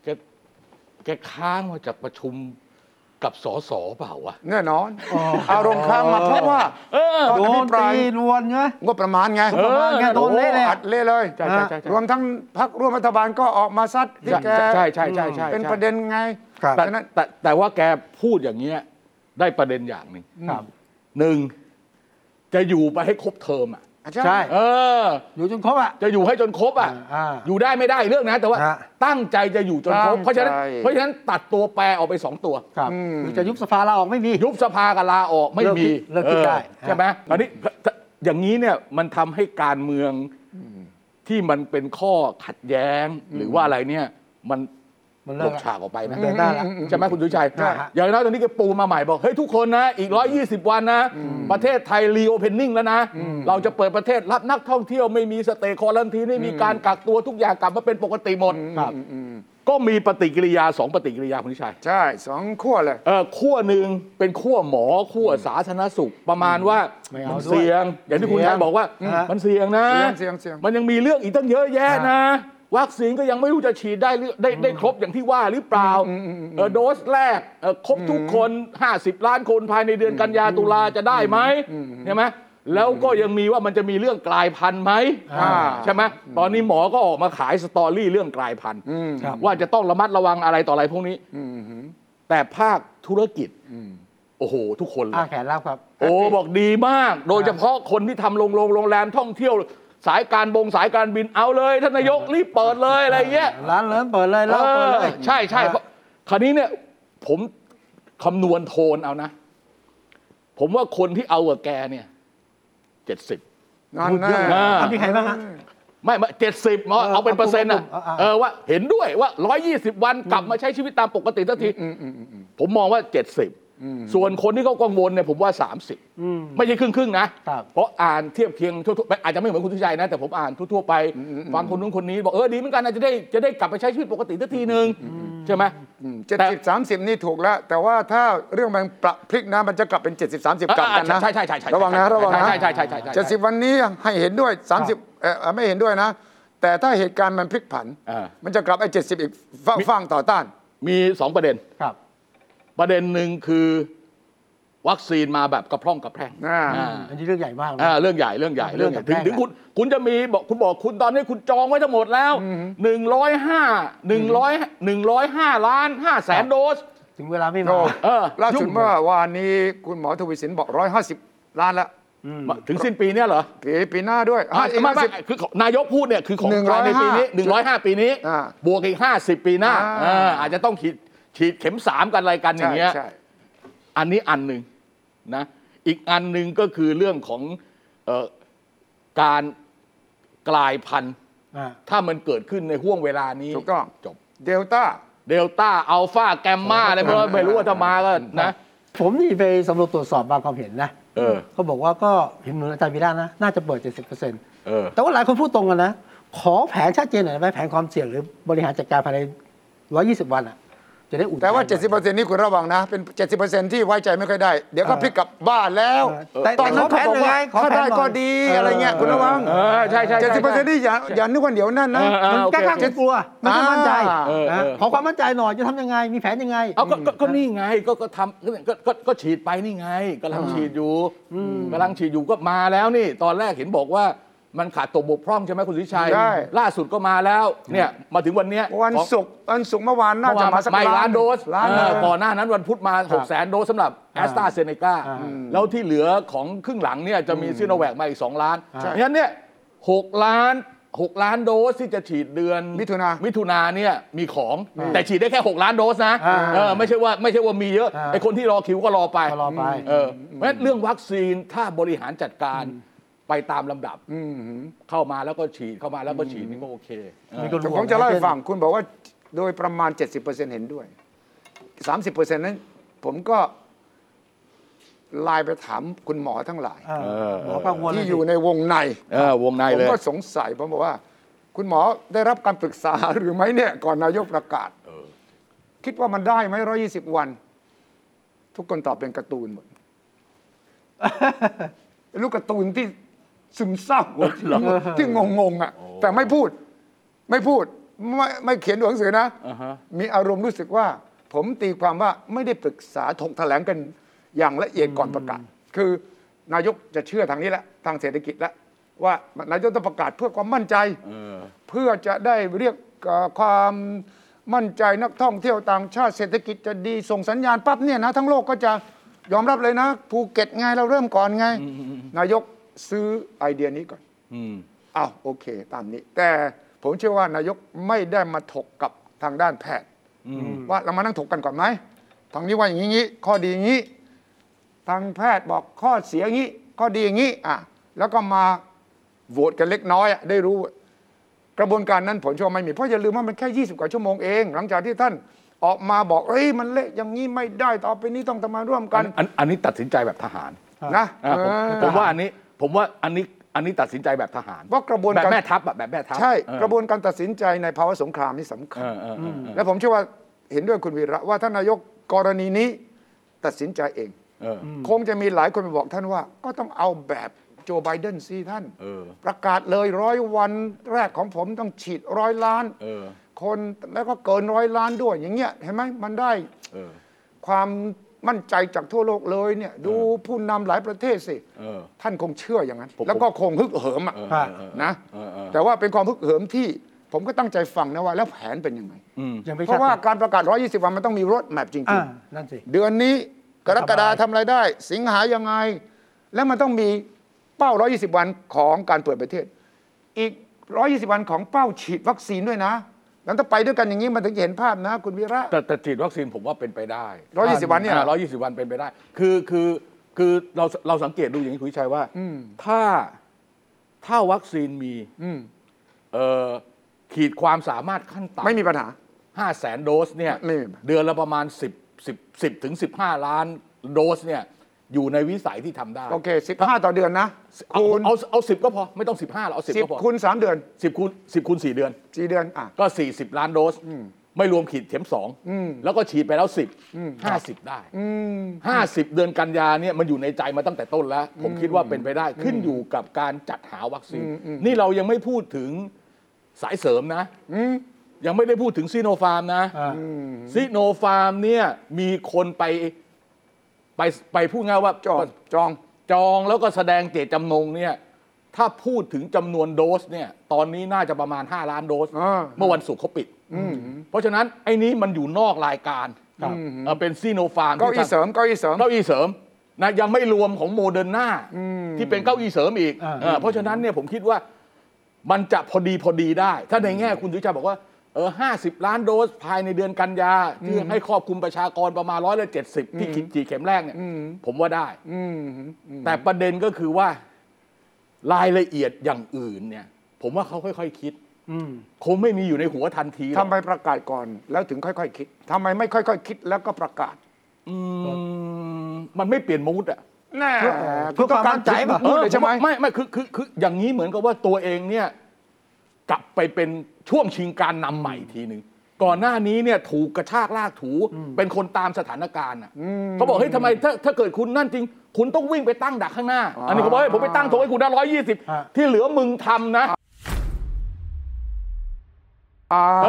Speaker 2: แกแกค้างมาจากประชุมกับสสเปล่าวะ
Speaker 3: แน่นอนอารมณ์ค้างมาเพราะว่า
Speaker 2: เออ
Speaker 3: ตอน
Speaker 1: โด
Speaker 3: อภิ
Speaker 1: น
Speaker 3: ปราย
Speaker 1: ตีรวนใช่ไหม
Speaker 3: งบประมาณไง
Speaker 2: เออ
Speaker 1: ประมาณไงโดนเละเลย
Speaker 3: อัดเละเลย
Speaker 2: ใช่ใช่ใช่
Speaker 3: รวมทั้งพรรคร่วมรัฐบาลก็ออกมาซัดที่แก
Speaker 2: ใช่ใช่ใช่ใช่ใช่
Speaker 3: เป็นประเด็นไง
Speaker 1: ครับ
Speaker 2: แต่
Speaker 3: ฉะนั้น
Speaker 2: แต่แต่ว่าแกพูดอย่างเงี้ย ได้ประเด็นอย่างหนึ่ง
Speaker 1: ครับ
Speaker 2: หนึ่งจะอยู่ไปให้ครบเทอมอ่ะ
Speaker 1: ใช่
Speaker 2: เออ
Speaker 1: อยู่จนครบอ่ะ
Speaker 2: จะอยู่ให้จนครบอ่ะ
Speaker 1: อ่า
Speaker 2: อยู่ได้ไม่ได้เรื่องนะ แต่ว่า
Speaker 1: ฮะ
Speaker 2: ตั้งใจจะอยู่จนครบ เพราะฉะนั้น
Speaker 3: ตั้งใจ
Speaker 2: เพราะฉะนั้นตัดตัวแปรออกไปสองตัว
Speaker 1: ครับคือจะยุบสภาลาออกไม่มี
Speaker 2: ยุบสภากับลาออกไม่มี
Speaker 1: เลิกคิดเลิกคิดได้
Speaker 2: เออใช่ไหมตอนนี้อย่างนี้เนี่ยมันทำให้การเมืองที่มันเป็นข้อขัดแย้ง หรือว่าอะไรเนี่ย มัน
Speaker 1: มัน
Speaker 2: ห
Speaker 1: เลิ
Speaker 2: ล
Speaker 1: ก
Speaker 2: บ
Speaker 1: ละ
Speaker 2: ฉากออกไปนะ
Speaker 1: เดินหน้าละ
Speaker 2: ใช่ไหมคุณสุชัย
Speaker 1: ใช่ฮะ
Speaker 2: อย่างน้อยตอนนี้ก็ปูมาใหม่บอก เฮ้ยทุกคนนะ อีก 120 วันนะ ประเทศไทยรีโอเพนนิ่งแล้วนะ เราจะเปิดประเทศรับนักท่องเที่ยวไม่มีสเตย์คอลันทีไม่มีการกักตัวทุกอย่างกลับมาเป็นปกติหมดก็มีปฏิกิริยาสองปฏิกิริยาคุณสุชัย
Speaker 3: ใช่สองขั้วเลย
Speaker 2: เอ่อขั้วหนึ่งเป็นขั้วหมอขั้วสาธารณสุขประมาณว่า
Speaker 1: ไม่เอา
Speaker 2: มัน
Speaker 1: ด้วย
Speaker 2: เสี่ยง อย่างที่คุณ
Speaker 1: เสี่ยง
Speaker 2: ชายบอกว่า
Speaker 1: ฮะ
Speaker 2: มันเสี่ยงนะ
Speaker 3: เสี่ยงเสี่ยงเสี่ยง
Speaker 2: มันยังมีเรื่องอีกตั้งเยอะแยะนะ วัคซีนก็ยังไม่รู้จะฉีดได้หรือได้ได้ครบอย่างที่ว่าหรือเปล่าเอ่อโดสแรกเอ่อครบทุกคน 50 ล้านคนภายในเดือนกันยาตุลาจะได้ไหมใช่ไหมแล้วก็ยังมีว่ามันจะมีเรื่องกลายพันธุ์ไหม
Speaker 1: อ่า
Speaker 2: ใช่ไหมตอนนี้หมอก็ออกมาขายสตอรี่เรื่องกลายพันธุ์
Speaker 1: ครับ
Speaker 2: ว่าจะต้องระมัดระวังอะไรต่ออะไรพวกนี้ แต่ภาคธุรกิจโอ้โห ทุกคนเล
Speaker 1: อ้าย แขนรับครับ
Speaker 2: โอ้บอกดีมาก โดยเฉพาะคนที่ทำโรงโรงโรงแรมท่องเที่ยว สายการบงสายการบินเอาเลยท่านนายกรีบเปิดเลยอะไรเงี้ย
Speaker 1: ร้านเลิมเปิดเลยเหล้าเปิดเลย
Speaker 2: เออใช่ใช่
Speaker 1: อ่ะ
Speaker 2: เพราะคราวนี้เนี่ย ผมคำนวณโทนเอานะ ผมว่าคนที่เอากับแกเนี่ยเจ็ดสิบ
Speaker 3: นั่นแน่
Speaker 2: อ่า
Speaker 1: อ่ะมีใครบ้างฮะ
Speaker 2: ไม่เจ็ดสิบเอา
Speaker 1: เออ
Speaker 2: เอาเป็นเปอร์เซ็นต์อ่ะ
Speaker 1: เอาเอาเอา
Speaker 2: เออว่าเห็นด้วยว่า 120 วันกลับมาใช้ชีวิตตามปกติสักทีผมมองว่า 70 ส่วนคนที่เขากังวลเนี่ยผมว่า
Speaker 1: อืม
Speaker 2: 30 ไม่ใช่ครึ่งครึ่งๆนะ
Speaker 1: ครับ
Speaker 2: เพราะอ่านเทียบเคียงทั่วๆไปอาจจะไม่เหมือนคุณทุชัยนะ แต่ผมอ่านทั่วๆไป ฟังคนนู้นคนนี้ บอกเออดีเหมือนกันนะจะได้จะได้กลับไปใช้ชีวิตปกติสักทีหนึ่งใช่ไหม
Speaker 3: เจ็ด
Speaker 2: แต่
Speaker 3: สิบสามสิบนี่ถูกแล้ว แต่ว่าถ้าเรื่องมันปรับพลิกนะมันจะกลับเป็นเจ็ดสิบสามสิบกลับกันนะ
Speaker 2: ใช่ใช่ใช่ใช่
Speaker 3: ระวังนะระวังนะ
Speaker 2: ใช่ใช่ใช่ใช่ใช่
Speaker 3: เจ็ดสิบวันนี้ให้เห็นด้วยสามสิบเอ่อไม่เห็นด้วยนะ แต่ถ้าเหตุการณ์มันพลิกผัน
Speaker 2: อ่า
Speaker 3: มันจะกลับไอ้เจ็ดสิบอีกฟังต่อต้าน
Speaker 2: มีสองประเด็น
Speaker 1: ครับ
Speaker 2: ประเด็นหนึ่งคือวัคซีนมาแบบกระพร่องกระแพร่ง
Speaker 3: อ่า
Speaker 2: อ่า
Speaker 1: อันนี้เรื่องใหญ่มากนะ
Speaker 2: อ่าเรื่องใหญ่เรื่องใหญ่
Speaker 1: เรื่
Speaker 2: เรื่
Speaker 1: อ
Speaker 2: อ
Speaker 1: ง ง
Speaker 2: ให
Speaker 1: กับ
Speaker 2: ญ่ถึง
Speaker 1: แรก
Speaker 2: ถึง
Speaker 1: อะ
Speaker 2: คุณคุณจะมีบอกคุณบอกคุณตอนนี้คุณจองไว้ทั้งหมดแล้ว 105 100 105 ล้าน 5 แสนโดส
Speaker 1: ถึงเวลาไม่
Speaker 3: โอ้
Speaker 1: มา
Speaker 2: เออ
Speaker 3: ล่า
Speaker 2: ยุ่
Speaker 3: สุด
Speaker 2: ง
Speaker 3: เมื่อวานนี้คุณหมอทวีสินบอกร้อยห้าสิบล้านละ
Speaker 2: มาถึงสิ้นปีเนี่ยเหรอ
Speaker 3: ปีปีหน้าด้วย
Speaker 2: อ่ะ
Speaker 3: อีก
Speaker 2: ไม่ไม่
Speaker 3: สิบ
Speaker 2: คือของนายกพูดเนี่ยคือของ
Speaker 3: 105
Speaker 2: ภายในปีนี้ 105 ปีนี้
Speaker 3: อ่า
Speaker 2: บวกอีก 50 ปีหน้า
Speaker 3: อ่า
Speaker 2: เอออาจจะต้องฉีดฉีดเข็ม 3 กันอะไรกันอย่า
Speaker 3: ใช่
Speaker 2: งเงี้ย
Speaker 3: ใช่
Speaker 2: อันนี้อันหนึ่งนะอีกอันหนึ่งก็คือเรื่องของเออการกลายพันธุ์
Speaker 1: อ่ะ
Speaker 2: ถ้ามันเกิดขึ้นในห่วงเวลานี้
Speaker 3: ถูกต้อง
Speaker 2: จบ
Speaker 3: เดลต้า
Speaker 2: เดลต้า อัลฟา แกมมาอะไรไม่รู้ไม่รู้ว่าจะมาก็นะ
Speaker 1: ผมนี่ไปสำรวจตรวจสอบมาความเห็นนะ
Speaker 2: เออ
Speaker 1: เขาบอกว่าก็เห็นเหมือนอาจารย์วีระนะ น่าจะเปิด 70%
Speaker 2: เออ
Speaker 1: แต่ว่าหลายคนพูดตรงกันนะ ขอแผนชัดเจนหน่อยได้ไหมแผนความเสี่ยงหรือบริหารจัดการภายใน 120 วันอ่ะ จะได้อุ่นใจ
Speaker 3: แต่
Speaker 1: ห
Speaker 3: ว่า
Speaker 1: น่อย
Speaker 3: 70%นี่คุณระวังนะ เป็น 70%ที่ไว้ใจไม่ค่อยได้ เดี๋ยวก็
Speaker 1: เออ
Speaker 3: พลิกกลับบ้านแล้ว
Speaker 1: เออแต่
Speaker 3: ตอนนั้น
Speaker 1: แต่ขอแผน
Speaker 3: เขาบอก
Speaker 1: หน่อยไงขอแผน
Speaker 3: ว่าถ้า
Speaker 1: ห
Speaker 3: ได้
Speaker 1: น่อย
Speaker 3: ก็ดี
Speaker 1: เอออ
Speaker 3: อะไรเงี้ยคุณระวัง
Speaker 2: เออใช่ใช่ใช่
Speaker 3: 70%นี่อย่าอย่านึกว่าเหนียวแนั่นนะ
Speaker 1: มันกล้าๆกลัวๆมันต้องมั่นใจ
Speaker 3: อ่า
Speaker 1: เออเออขอความมั่นใจหน่อยจะทำยังไง มีแผนยังไง
Speaker 2: เอาก็ก็ก็นี่ไงก็ก็ทำก็ก็ก็ฉีดไปนี่ไงกำลังฉีดอยู่กำลังฉีดอยู่ก็มาแล้วนี่ ตอนแรกเห็นบอกว่า มันขาดตัวบกพร่องใช่ไหมคุณสุวิชัย
Speaker 3: ใช่
Speaker 2: ล่าสุดก็มาแล้วเนี่ยมาถึงวันเนี้ย
Speaker 3: วัน
Speaker 2: ของ
Speaker 3: ศุกร์วันศุกร์เมื่อวานน่าจะมาสัก
Speaker 2: ไม่ล้านโดส
Speaker 3: ล้าน
Speaker 2: เออ
Speaker 3: หง
Speaker 2: ก่อนหน้านั้นวันพุธมา 6 0แสนโดสสำหรับแอสตราเซเนกา
Speaker 1: อ่า
Speaker 2: แล้วที่เหลือของครึ่งหลังเนี่ยจะมีซีโนแวคมาอีก 2 ล้าน
Speaker 1: ใช่
Speaker 2: งั้นเนี่ย6ล้าน 6 ล้านโดสที่จะฉีดเดือน
Speaker 3: มิถุนา
Speaker 2: มิถุนาเนี่ยมีของ แต่ฉีดได้แค่ 6 ล้านโดสนะ
Speaker 1: อ่า
Speaker 2: เออไม่ใช่ว่าไม่ใช่ว่ามีเยอะ
Speaker 1: อ่า
Speaker 2: ไอ้คนที่รอคิวก็รอไป
Speaker 1: ก็รอไป
Speaker 2: เออเพราะฉะนั้นเรื่องวัคซีนถ้าบริหารจัดการไปตามลำดับเข้ามาแล้วก็ฉีดเข้ามาแล้วก็ฉีดนี่ก็โอเค
Speaker 1: มีคน
Speaker 3: แต่
Speaker 1: ห่ว
Speaker 3: ผ
Speaker 1: ง
Speaker 3: มจะเล่าให้ฟังคุณบอกว่าโดยประมาณ 70%เห็นด้วย 30%นั้น ผมก็ไลน์ไปถามคุณหมอทั้งหลาย
Speaker 1: อ่า
Speaker 2: เออ
Speaker 1: หมอกังวลเล
Speaker 3: ที่
Speaker 1: สิ
Speaker 3: อยู่ในวงใน
Speaker 2: เออวงใน
Speaker 3: ผม
Speaker 2: เลย
Speaker 3: ก็สงสัยผมบอกว่า คุณหมอได้รับการปรึกษา หรือไม่เนี่ย ก่อนนายกประกาศคิดว่ามันได้ไหมร้อยี่สิบวัน ทุกคนตอบเป็นการ์ตูนหม ด ลูกการ์ตูนที่ซึม เศร้าที่งงงๆอ่ะ แต่ไม่พูด ไม่พูด ไม่ไม่เขียนหนังสือนะ
Speaker 2: อ่าฮะ
Speaker 3: มีอารมณ์รู้สึกว่า ผมตีความว่าไม่ได้ปรึกษาถกแถลงกันอย่างละเอียดก่อนประกาศ คือนายกจะเชื่อทางนี้แหละ ทางเศรษฐกิจแล้วว่านายกต้องประกาศเพื่อความมั่นใจ เพื่อจะได้เรียกเอ่อความมั่นใจนักท่องเที่ยวต่างชาติเศรษฐกิจจะดีส่งสัญญาณปั๊บเนี่ยนะ ทั้งโลกก็จะยอมรับเลยนะภูเก็ตไงเราเริ่มก่อนไง นายกซื้อไอเดียนี้ก่อน
Speaker 2: อืม
Speaker 3: อ้าวโอเค ตามนี้ แต่ผมเชื่อว่านายกไม่ได้มาถกกับทางด้านแพทย์ว่าเรามานั่งถกกันก่อนไหมทางนี้ว่าอย่างนี้ ข้อดีอย่างนี้ ทางแพทย์บอกข้อเสียอย่างนี้ ข้อดีอย่างนี้อ่ะแล้วก็มาโหวตกันเล็กน้อยอะได้รู้ กระบวนการนั้นผมเชื่อว่าไม่มี เพราะอย่าลืมว่ามันแค่ 20 กว่าชั่วโมงเอง หลังจากที่ท่านออกมาบอกเอ้ยมันเละอย่างนี้ไม่ได้ต่อไปนี้ต้องทำมานร่วมกั
Speaker 2: อั
Speaker 3: น
Speaker 2: นอันอันนี้ตัดสินใจแบบทหาร
Speaker 3: นะ
Speaker 2: อ่าผมผ
Speaker 3: เออ
Speaker 2: มว่าอันนี้ผมว่าอันนี้อันนี้ตัดสินใจแบบทหาร
Speaker 3: เพราะกระบวนการ
Speaker 2: แบบแม่ทัพอะแบบแม่ทัพ
Speaker 3: ใช่
Speaker 2: เออก
Speaker 3: ระบวนการตัดสินใจในภาวะสงครามนี่สำคัญ
Speaker 2: เออเออเออ
Speaker 3: และผมเชื่อว่าเห็นด้วยคุณวีระว่าท่านนายกกรณีนี้ตัดสินใจเอง
Speaker 2: เออ
Speaker 3: คงจะมีหลายคนไปบอกท่านว่า ก็ต้องเอาแบบโจไบเดนสิท่าน
Speaker 2: เออ
Speaker 3: ประกาศเลยร้อยวันแรกของผมต้องฉีดร้อยล้าน
Speaker 2: เออ
Speaker 3: คนแล้วก็เกินร้อยล้านด้วยอย่างเงี้ยเห็นไหมมันได้
Speaker 2: เออ
Speaker 3: ความมั่นใจจากทั่วโลกเลยเนี่ยดูผู้นำหลายประเทศสิ
Speaker 2: เออ
Speaker 3: ท่านคงเชื่ออย่างนั้น
Speaker 2: ผม
Speaker 3: แล้วก็คงฮึกเหิมอะ
Speaker 2: เออเออเออ
Speaker 3: นะ
Speaker 2: เออเออ
Speaker 3: แต่ว่าเป็นความฮึกเหิมที่ผมก็ตั้งใจฟังนะว่าแล้วแผนเป็นยังไง
Speaker 1: ยังไม่ชัด
Speaker 3: เพราะว่าการประกาศ 120 วันมันต้องมีรถแมพจริ
Speaker 1: อ่าง นั่นสิ
Speaker 3: ๆ เดือนนี้กรกฎาทำอะไรได้ สิงหายังไง แล้วมันต้องมีเป้า 120 วันของการเปิดประเทศ อีก 120 วันของเป้าฉีดวัคซีนด้วยนะแล้วถ้าไปด้วยกันอย่างนี้มันถึงจะเห็นภาพนะ คุณวีระ
Speaker 2: แต่แต่ฉีดวัคซีนผมว่าเป็นไปได้
Speaker 3: 120วันเนี่ย
Speaker 2: ร้อยยี่สิบวันเป็นไปได้ คือคือคือเราเราสังเกตดูอย่างนี้คุณวิชัยว่าถ้าถ้าวัคซีนมีเออขีดความสามารถขั้นต่ำ
Speaker 3: ไม่มีปัญหา
Speaker 2: ห้าแสนโดสเนี่ย
Speaker 3: ไม่มีปัญหา
Speaker 2: เดือนละประมาณ 10 10 10ถึง15 ล้านโดสเนี่ยอยู่ในวิสัยที่ทำได้
Speaker 3: โอเค 15 ต่อเดือนนะ
Speaker 2: เอา
Speaker 3: คูณ
Speaker 2: เอาเอาสิบก็พอ ไม่ต้อง 15หรอกเอาสิบก็พอ
Speaker 3: 10คูณ3 เดือน
Speaker 2: สิบคูณสิบคูณสี่เดือน
Speaker 3: 4เดือนอ่ะ
Speaker 2: ก็ 40 ล้านโดส ไม่รวมขีดเข็มสองแล้วก็ฉีดไปแล้ว 10 50 ได้ 50 เดือนกันยาเนี่ยมันอยู่ในใจมาตั้งแต่ต้นแล้ว ผมคิดว่าเป็นไปได้ขึ้นอยู่กับการจัดหาวัคซีน นี่เรายังไม่พูดถึงสายเสริมนะ ยังไม่ได้พูดถึงซีโนฟาร์มนะ
Speaker 1: อ่า
Speaker 2: ซีโนฟาร์มเนี่ยมีคนไปไปไปพูดง่ายว่า
Speaker 3: จองจอง
Speaker 2: จองแล้วก็แสดงเจตจำนงเนี่ยถ้าพูดถึงจำนวนโดสเนี่ยตอนนี้น่าจะประมาณ 5 ล้านโดส
Speaker 3: อ่า
Speaker 2: เมื่อวันศุกร์เขาปิด เพราะฉะนั้นไอ้นี้มันอยู่นอกรายการเอ่อเป็นซีโนฟาร์ม
Speaker 3: เก้าอี้เสริมเก้าอี้เสริม
Speaker 2: เก้าอี้เสริมนะยังไม่รวมของโมเดอร์นาที่เป็นเก้าอี้เสริมอีก
Speaker 1: อ่า
Speaker 2: เออเพราะฉะนั้นเนี่ยผมคิดว่ามันจะพอดีพอดีได้ ถ้าในแง่คุณสุวิชาบอกว่าเออห้าสิบล้านโดสภายในเดือนกันยาเพื่อให้ครอบคลุมประชากรประมาณร้อยละเจ็ดสิบที่ฉีดฉีดเข็มแรกเนี่ยผมว่าได้ แต่ประเด็นก็คือว่ารายละเอียดอย่างอื่นเนี่ย ผมว่าเขาค่อยๆคิดคงไม่มีอยู่ในหัวทันทีหรอก
Speaker 3: ทำไมประกาศก่อนแล้วถึงค่อยๆคิดทำไมไม่ค่อยๆคิดแล้วก็ประกาศ
Speaker 2: อืมมันไม่เปลี่ยนมูดอะ
Speaker 3: แน่
Speaker 1: เพื่อความมั่นใจป่ะ
Speaker 3: พูดเลยใช่ไหม
Speaker 2: ไม่ไม่คือคือคืออย่างนี้เหมือนกับว่าตัวเองเนี่ย กลับไปเป็นช่วงชิงการนำใหม่ทีหนึ่งก่อนหน้านี้เนี่ยถูกกระชากลากถูเป็นคนตามสถานการณ์อะเขาบอกเฮ้ยทำไมถ้าถ้าเกิดคุณนั่นจริง คุณต้องวิ่งไปตั้งดักข้างหน้า อันนี้เขาบอกเฮ้ยผมไปตั้งธงให้คุณได้ร้อยยี่สิบ
Speaker 1: ฮะ
Speaker 2: ที่เหลือมึงทำนะ
Speaker 3: อ่า
Speaker 2: เอ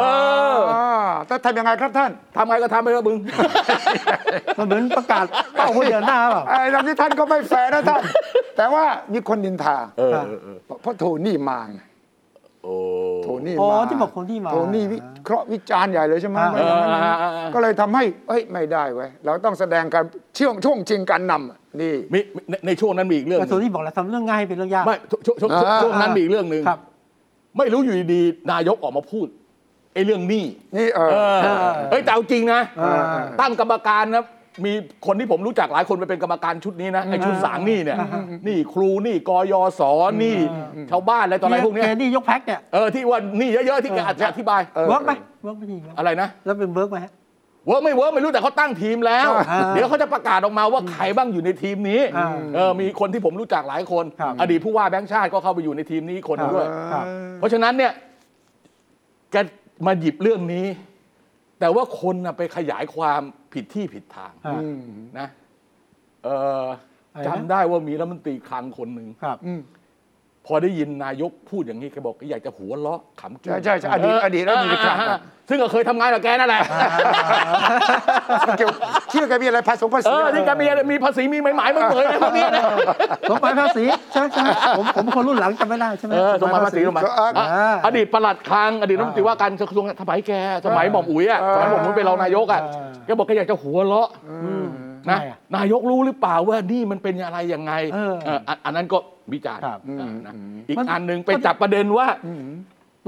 Speaker 2: อ
Speaker 3: ถ้าทำยังไงครับท่าน
Speaker 2: ทำไงก็ทำไปเถอะมึง
Speaker 1: มันเหมือนประกาศเป้าคนเดือนหน้าเปล่า
Speaker 3: ไอ้ตอนนี้ท่านก็ไม่แฟร์นะ ท่าน แต่ว่ามีคนนินทา
Speaker 2: เออเออเออ
Speaker 3: เพราะโทนี่มาไง
Speaker 2: โอ้
Speaker 3: โทนี่
Speaker 1: อ๋อ
Speaker 3: มา
Speaker 1: ที่บอกโทนี่มา
Speaker 3: โทนี่วิเคราะห์วิจารณ์ใหญ่เลยใช่ไหม
Speaker 1: อ่า
Speaker 3: ว่าอย่างนั้นอย่างนั้นก็เลยทำให้เอ้ยไม่ได้เว้ยเราต้องแสดงการเชื่องช่วงชิงการนำนี่
Speaker 2: มีในในช่วงนั้นมีอีกเรื่องห
Speaker 1: แต่
Speaker 2: นึ่ง
Speaker 1: ส่วนที่บอกแล้วทำเรื่องง่ายให้เป็นเรื่องยาก
Speaker 2: ไม่ช่วงช่วงช่วง
Speaker 3: อ่า
Speaker 2: ช่วงนั้นมีอีกเรื่องหนึ่ง
Speaker 1: ครับ
Speaker 2: ไม่รู้อยู่ดีๆนายกออกมาพูดไอ้เรื่องหนี้
Speaker 3: นี่เออ
Speaker 2: เออ
Speaker 1: เออ
Speaker 2: เฮ้ยแต่เอาจริงนะ
Speaker 1: เออ
Speaker 2: ตั้งกรรมการนะมีคนที่ผมรู้จักหลายคนไปเป็นกรรมการชุดนี้นะไอ้ชุดสางหนี่เนี่ยนี่ครูนี่กยศนี่ ชาวบ้านอะไรต่ออะไรพวกเนี้ย
Speaker 1: แนี่ยกแพ็คเนี่ย
Speaker 2: เออที่ว่านี่เยอะๆที่แก
Speaker 1: เออ
Speaker 2: อาจจะอธิบาย
Speaker 3: เออ
Speaker 1: เวิร์กไหมเวิร์กไม่ดีครับ
Speaker 2: อะไรนะ
Speaker 1: แล้วเป็นเวิร์กไหมฮะ
Speaker 2: เวิร์กไม่เวิร์กไม่รู้แต่เขาตั้งทีมแล้ว
Speaker 1: อ่า
Speaker 2: เดี๋ยวเขาจะประกาศออกมาว่าใครบ้างอยู่ในทีมนี้
Speaker 1: อ่า
Speaker 2: เออมีคนที่ผมรู้จักหลายคน
Speaker 1: ครับ
Speaker 2: อดีตผู้ว่าแบงค์ชาติก็เข้าไปอยู่ในทีมนี้คนหนึ่งด้วย
Speaker 1: อ่า
Speaker 3: ครับ
Speaker 2: เพราะฉะนั้นเนี่ยแกมาหยิบเรื่องนี้ แต่ว่าคนน่ะไปขยายความผิดที่ผิดทาง
Speaker 1: อ่า
Speaker 2: นะเออ
Speaker 1: อะไรนะ
Speaker 2: จำได้ว่ามีรัฐมนตรีคลังคนหนึ่ง
Speaker 1: ครับ
Speaker 2: พอได้ยินนายกพูดอย่างนี้แกบอกอยากจะหัวเราะขำกิ้ว
Speaker 3: ใช่ใช่ใช่อดีตอดีตรัฐมนตรีคลัง
Speaker 2: อ่าซึ่งก็เคยทำงานกับแกนั่นแหละ
Speaker 3: เกี่ยวชื่อแกมีอะไรภาษาภา
Speaker 2: เอ
Speaker 3: ษี
Speaker 2: อที่แกมีมีภาษีมีหมายๆมันเหมยอะไรพวกเนี้ยนะ
Speaker 1: สมบัติภาษีใช่ใช่ผมผมเป็นคนรุ่นหลังจำไม่ได้ใช่ไหม
Speaker 2: เออสมบัติภาษีสมบัติ
Speaker 1: อ่า
Speaker 2: อดีตประหลัดคลัง อดีตรัฐมนตรีว่าการกระทรวงสมัยแกสมัยหม่อมอุ๋ยอ่ะสมัยหม่อมอุ๋ยเป็นรองนายกอ่ะแกบอกแกอยากจะหัวเราะ
Speaker 1: อืม
Speaker 2: นะ
Speaker 1: ทำไมอ่
Speaker 2: นายกรู้หรือเปล่าว่านี่มันเป็นอะไรยังไง
Speaker 1: เออ
Speaker 2: เอ่ออันอันนั้นก็วิจารณ์
Speaker 1: ครับ
Speaker 2: เออนะอีก
Speaker 1: มัน
Speaker 2: อันหนึ่งไปจับประเด็นว่า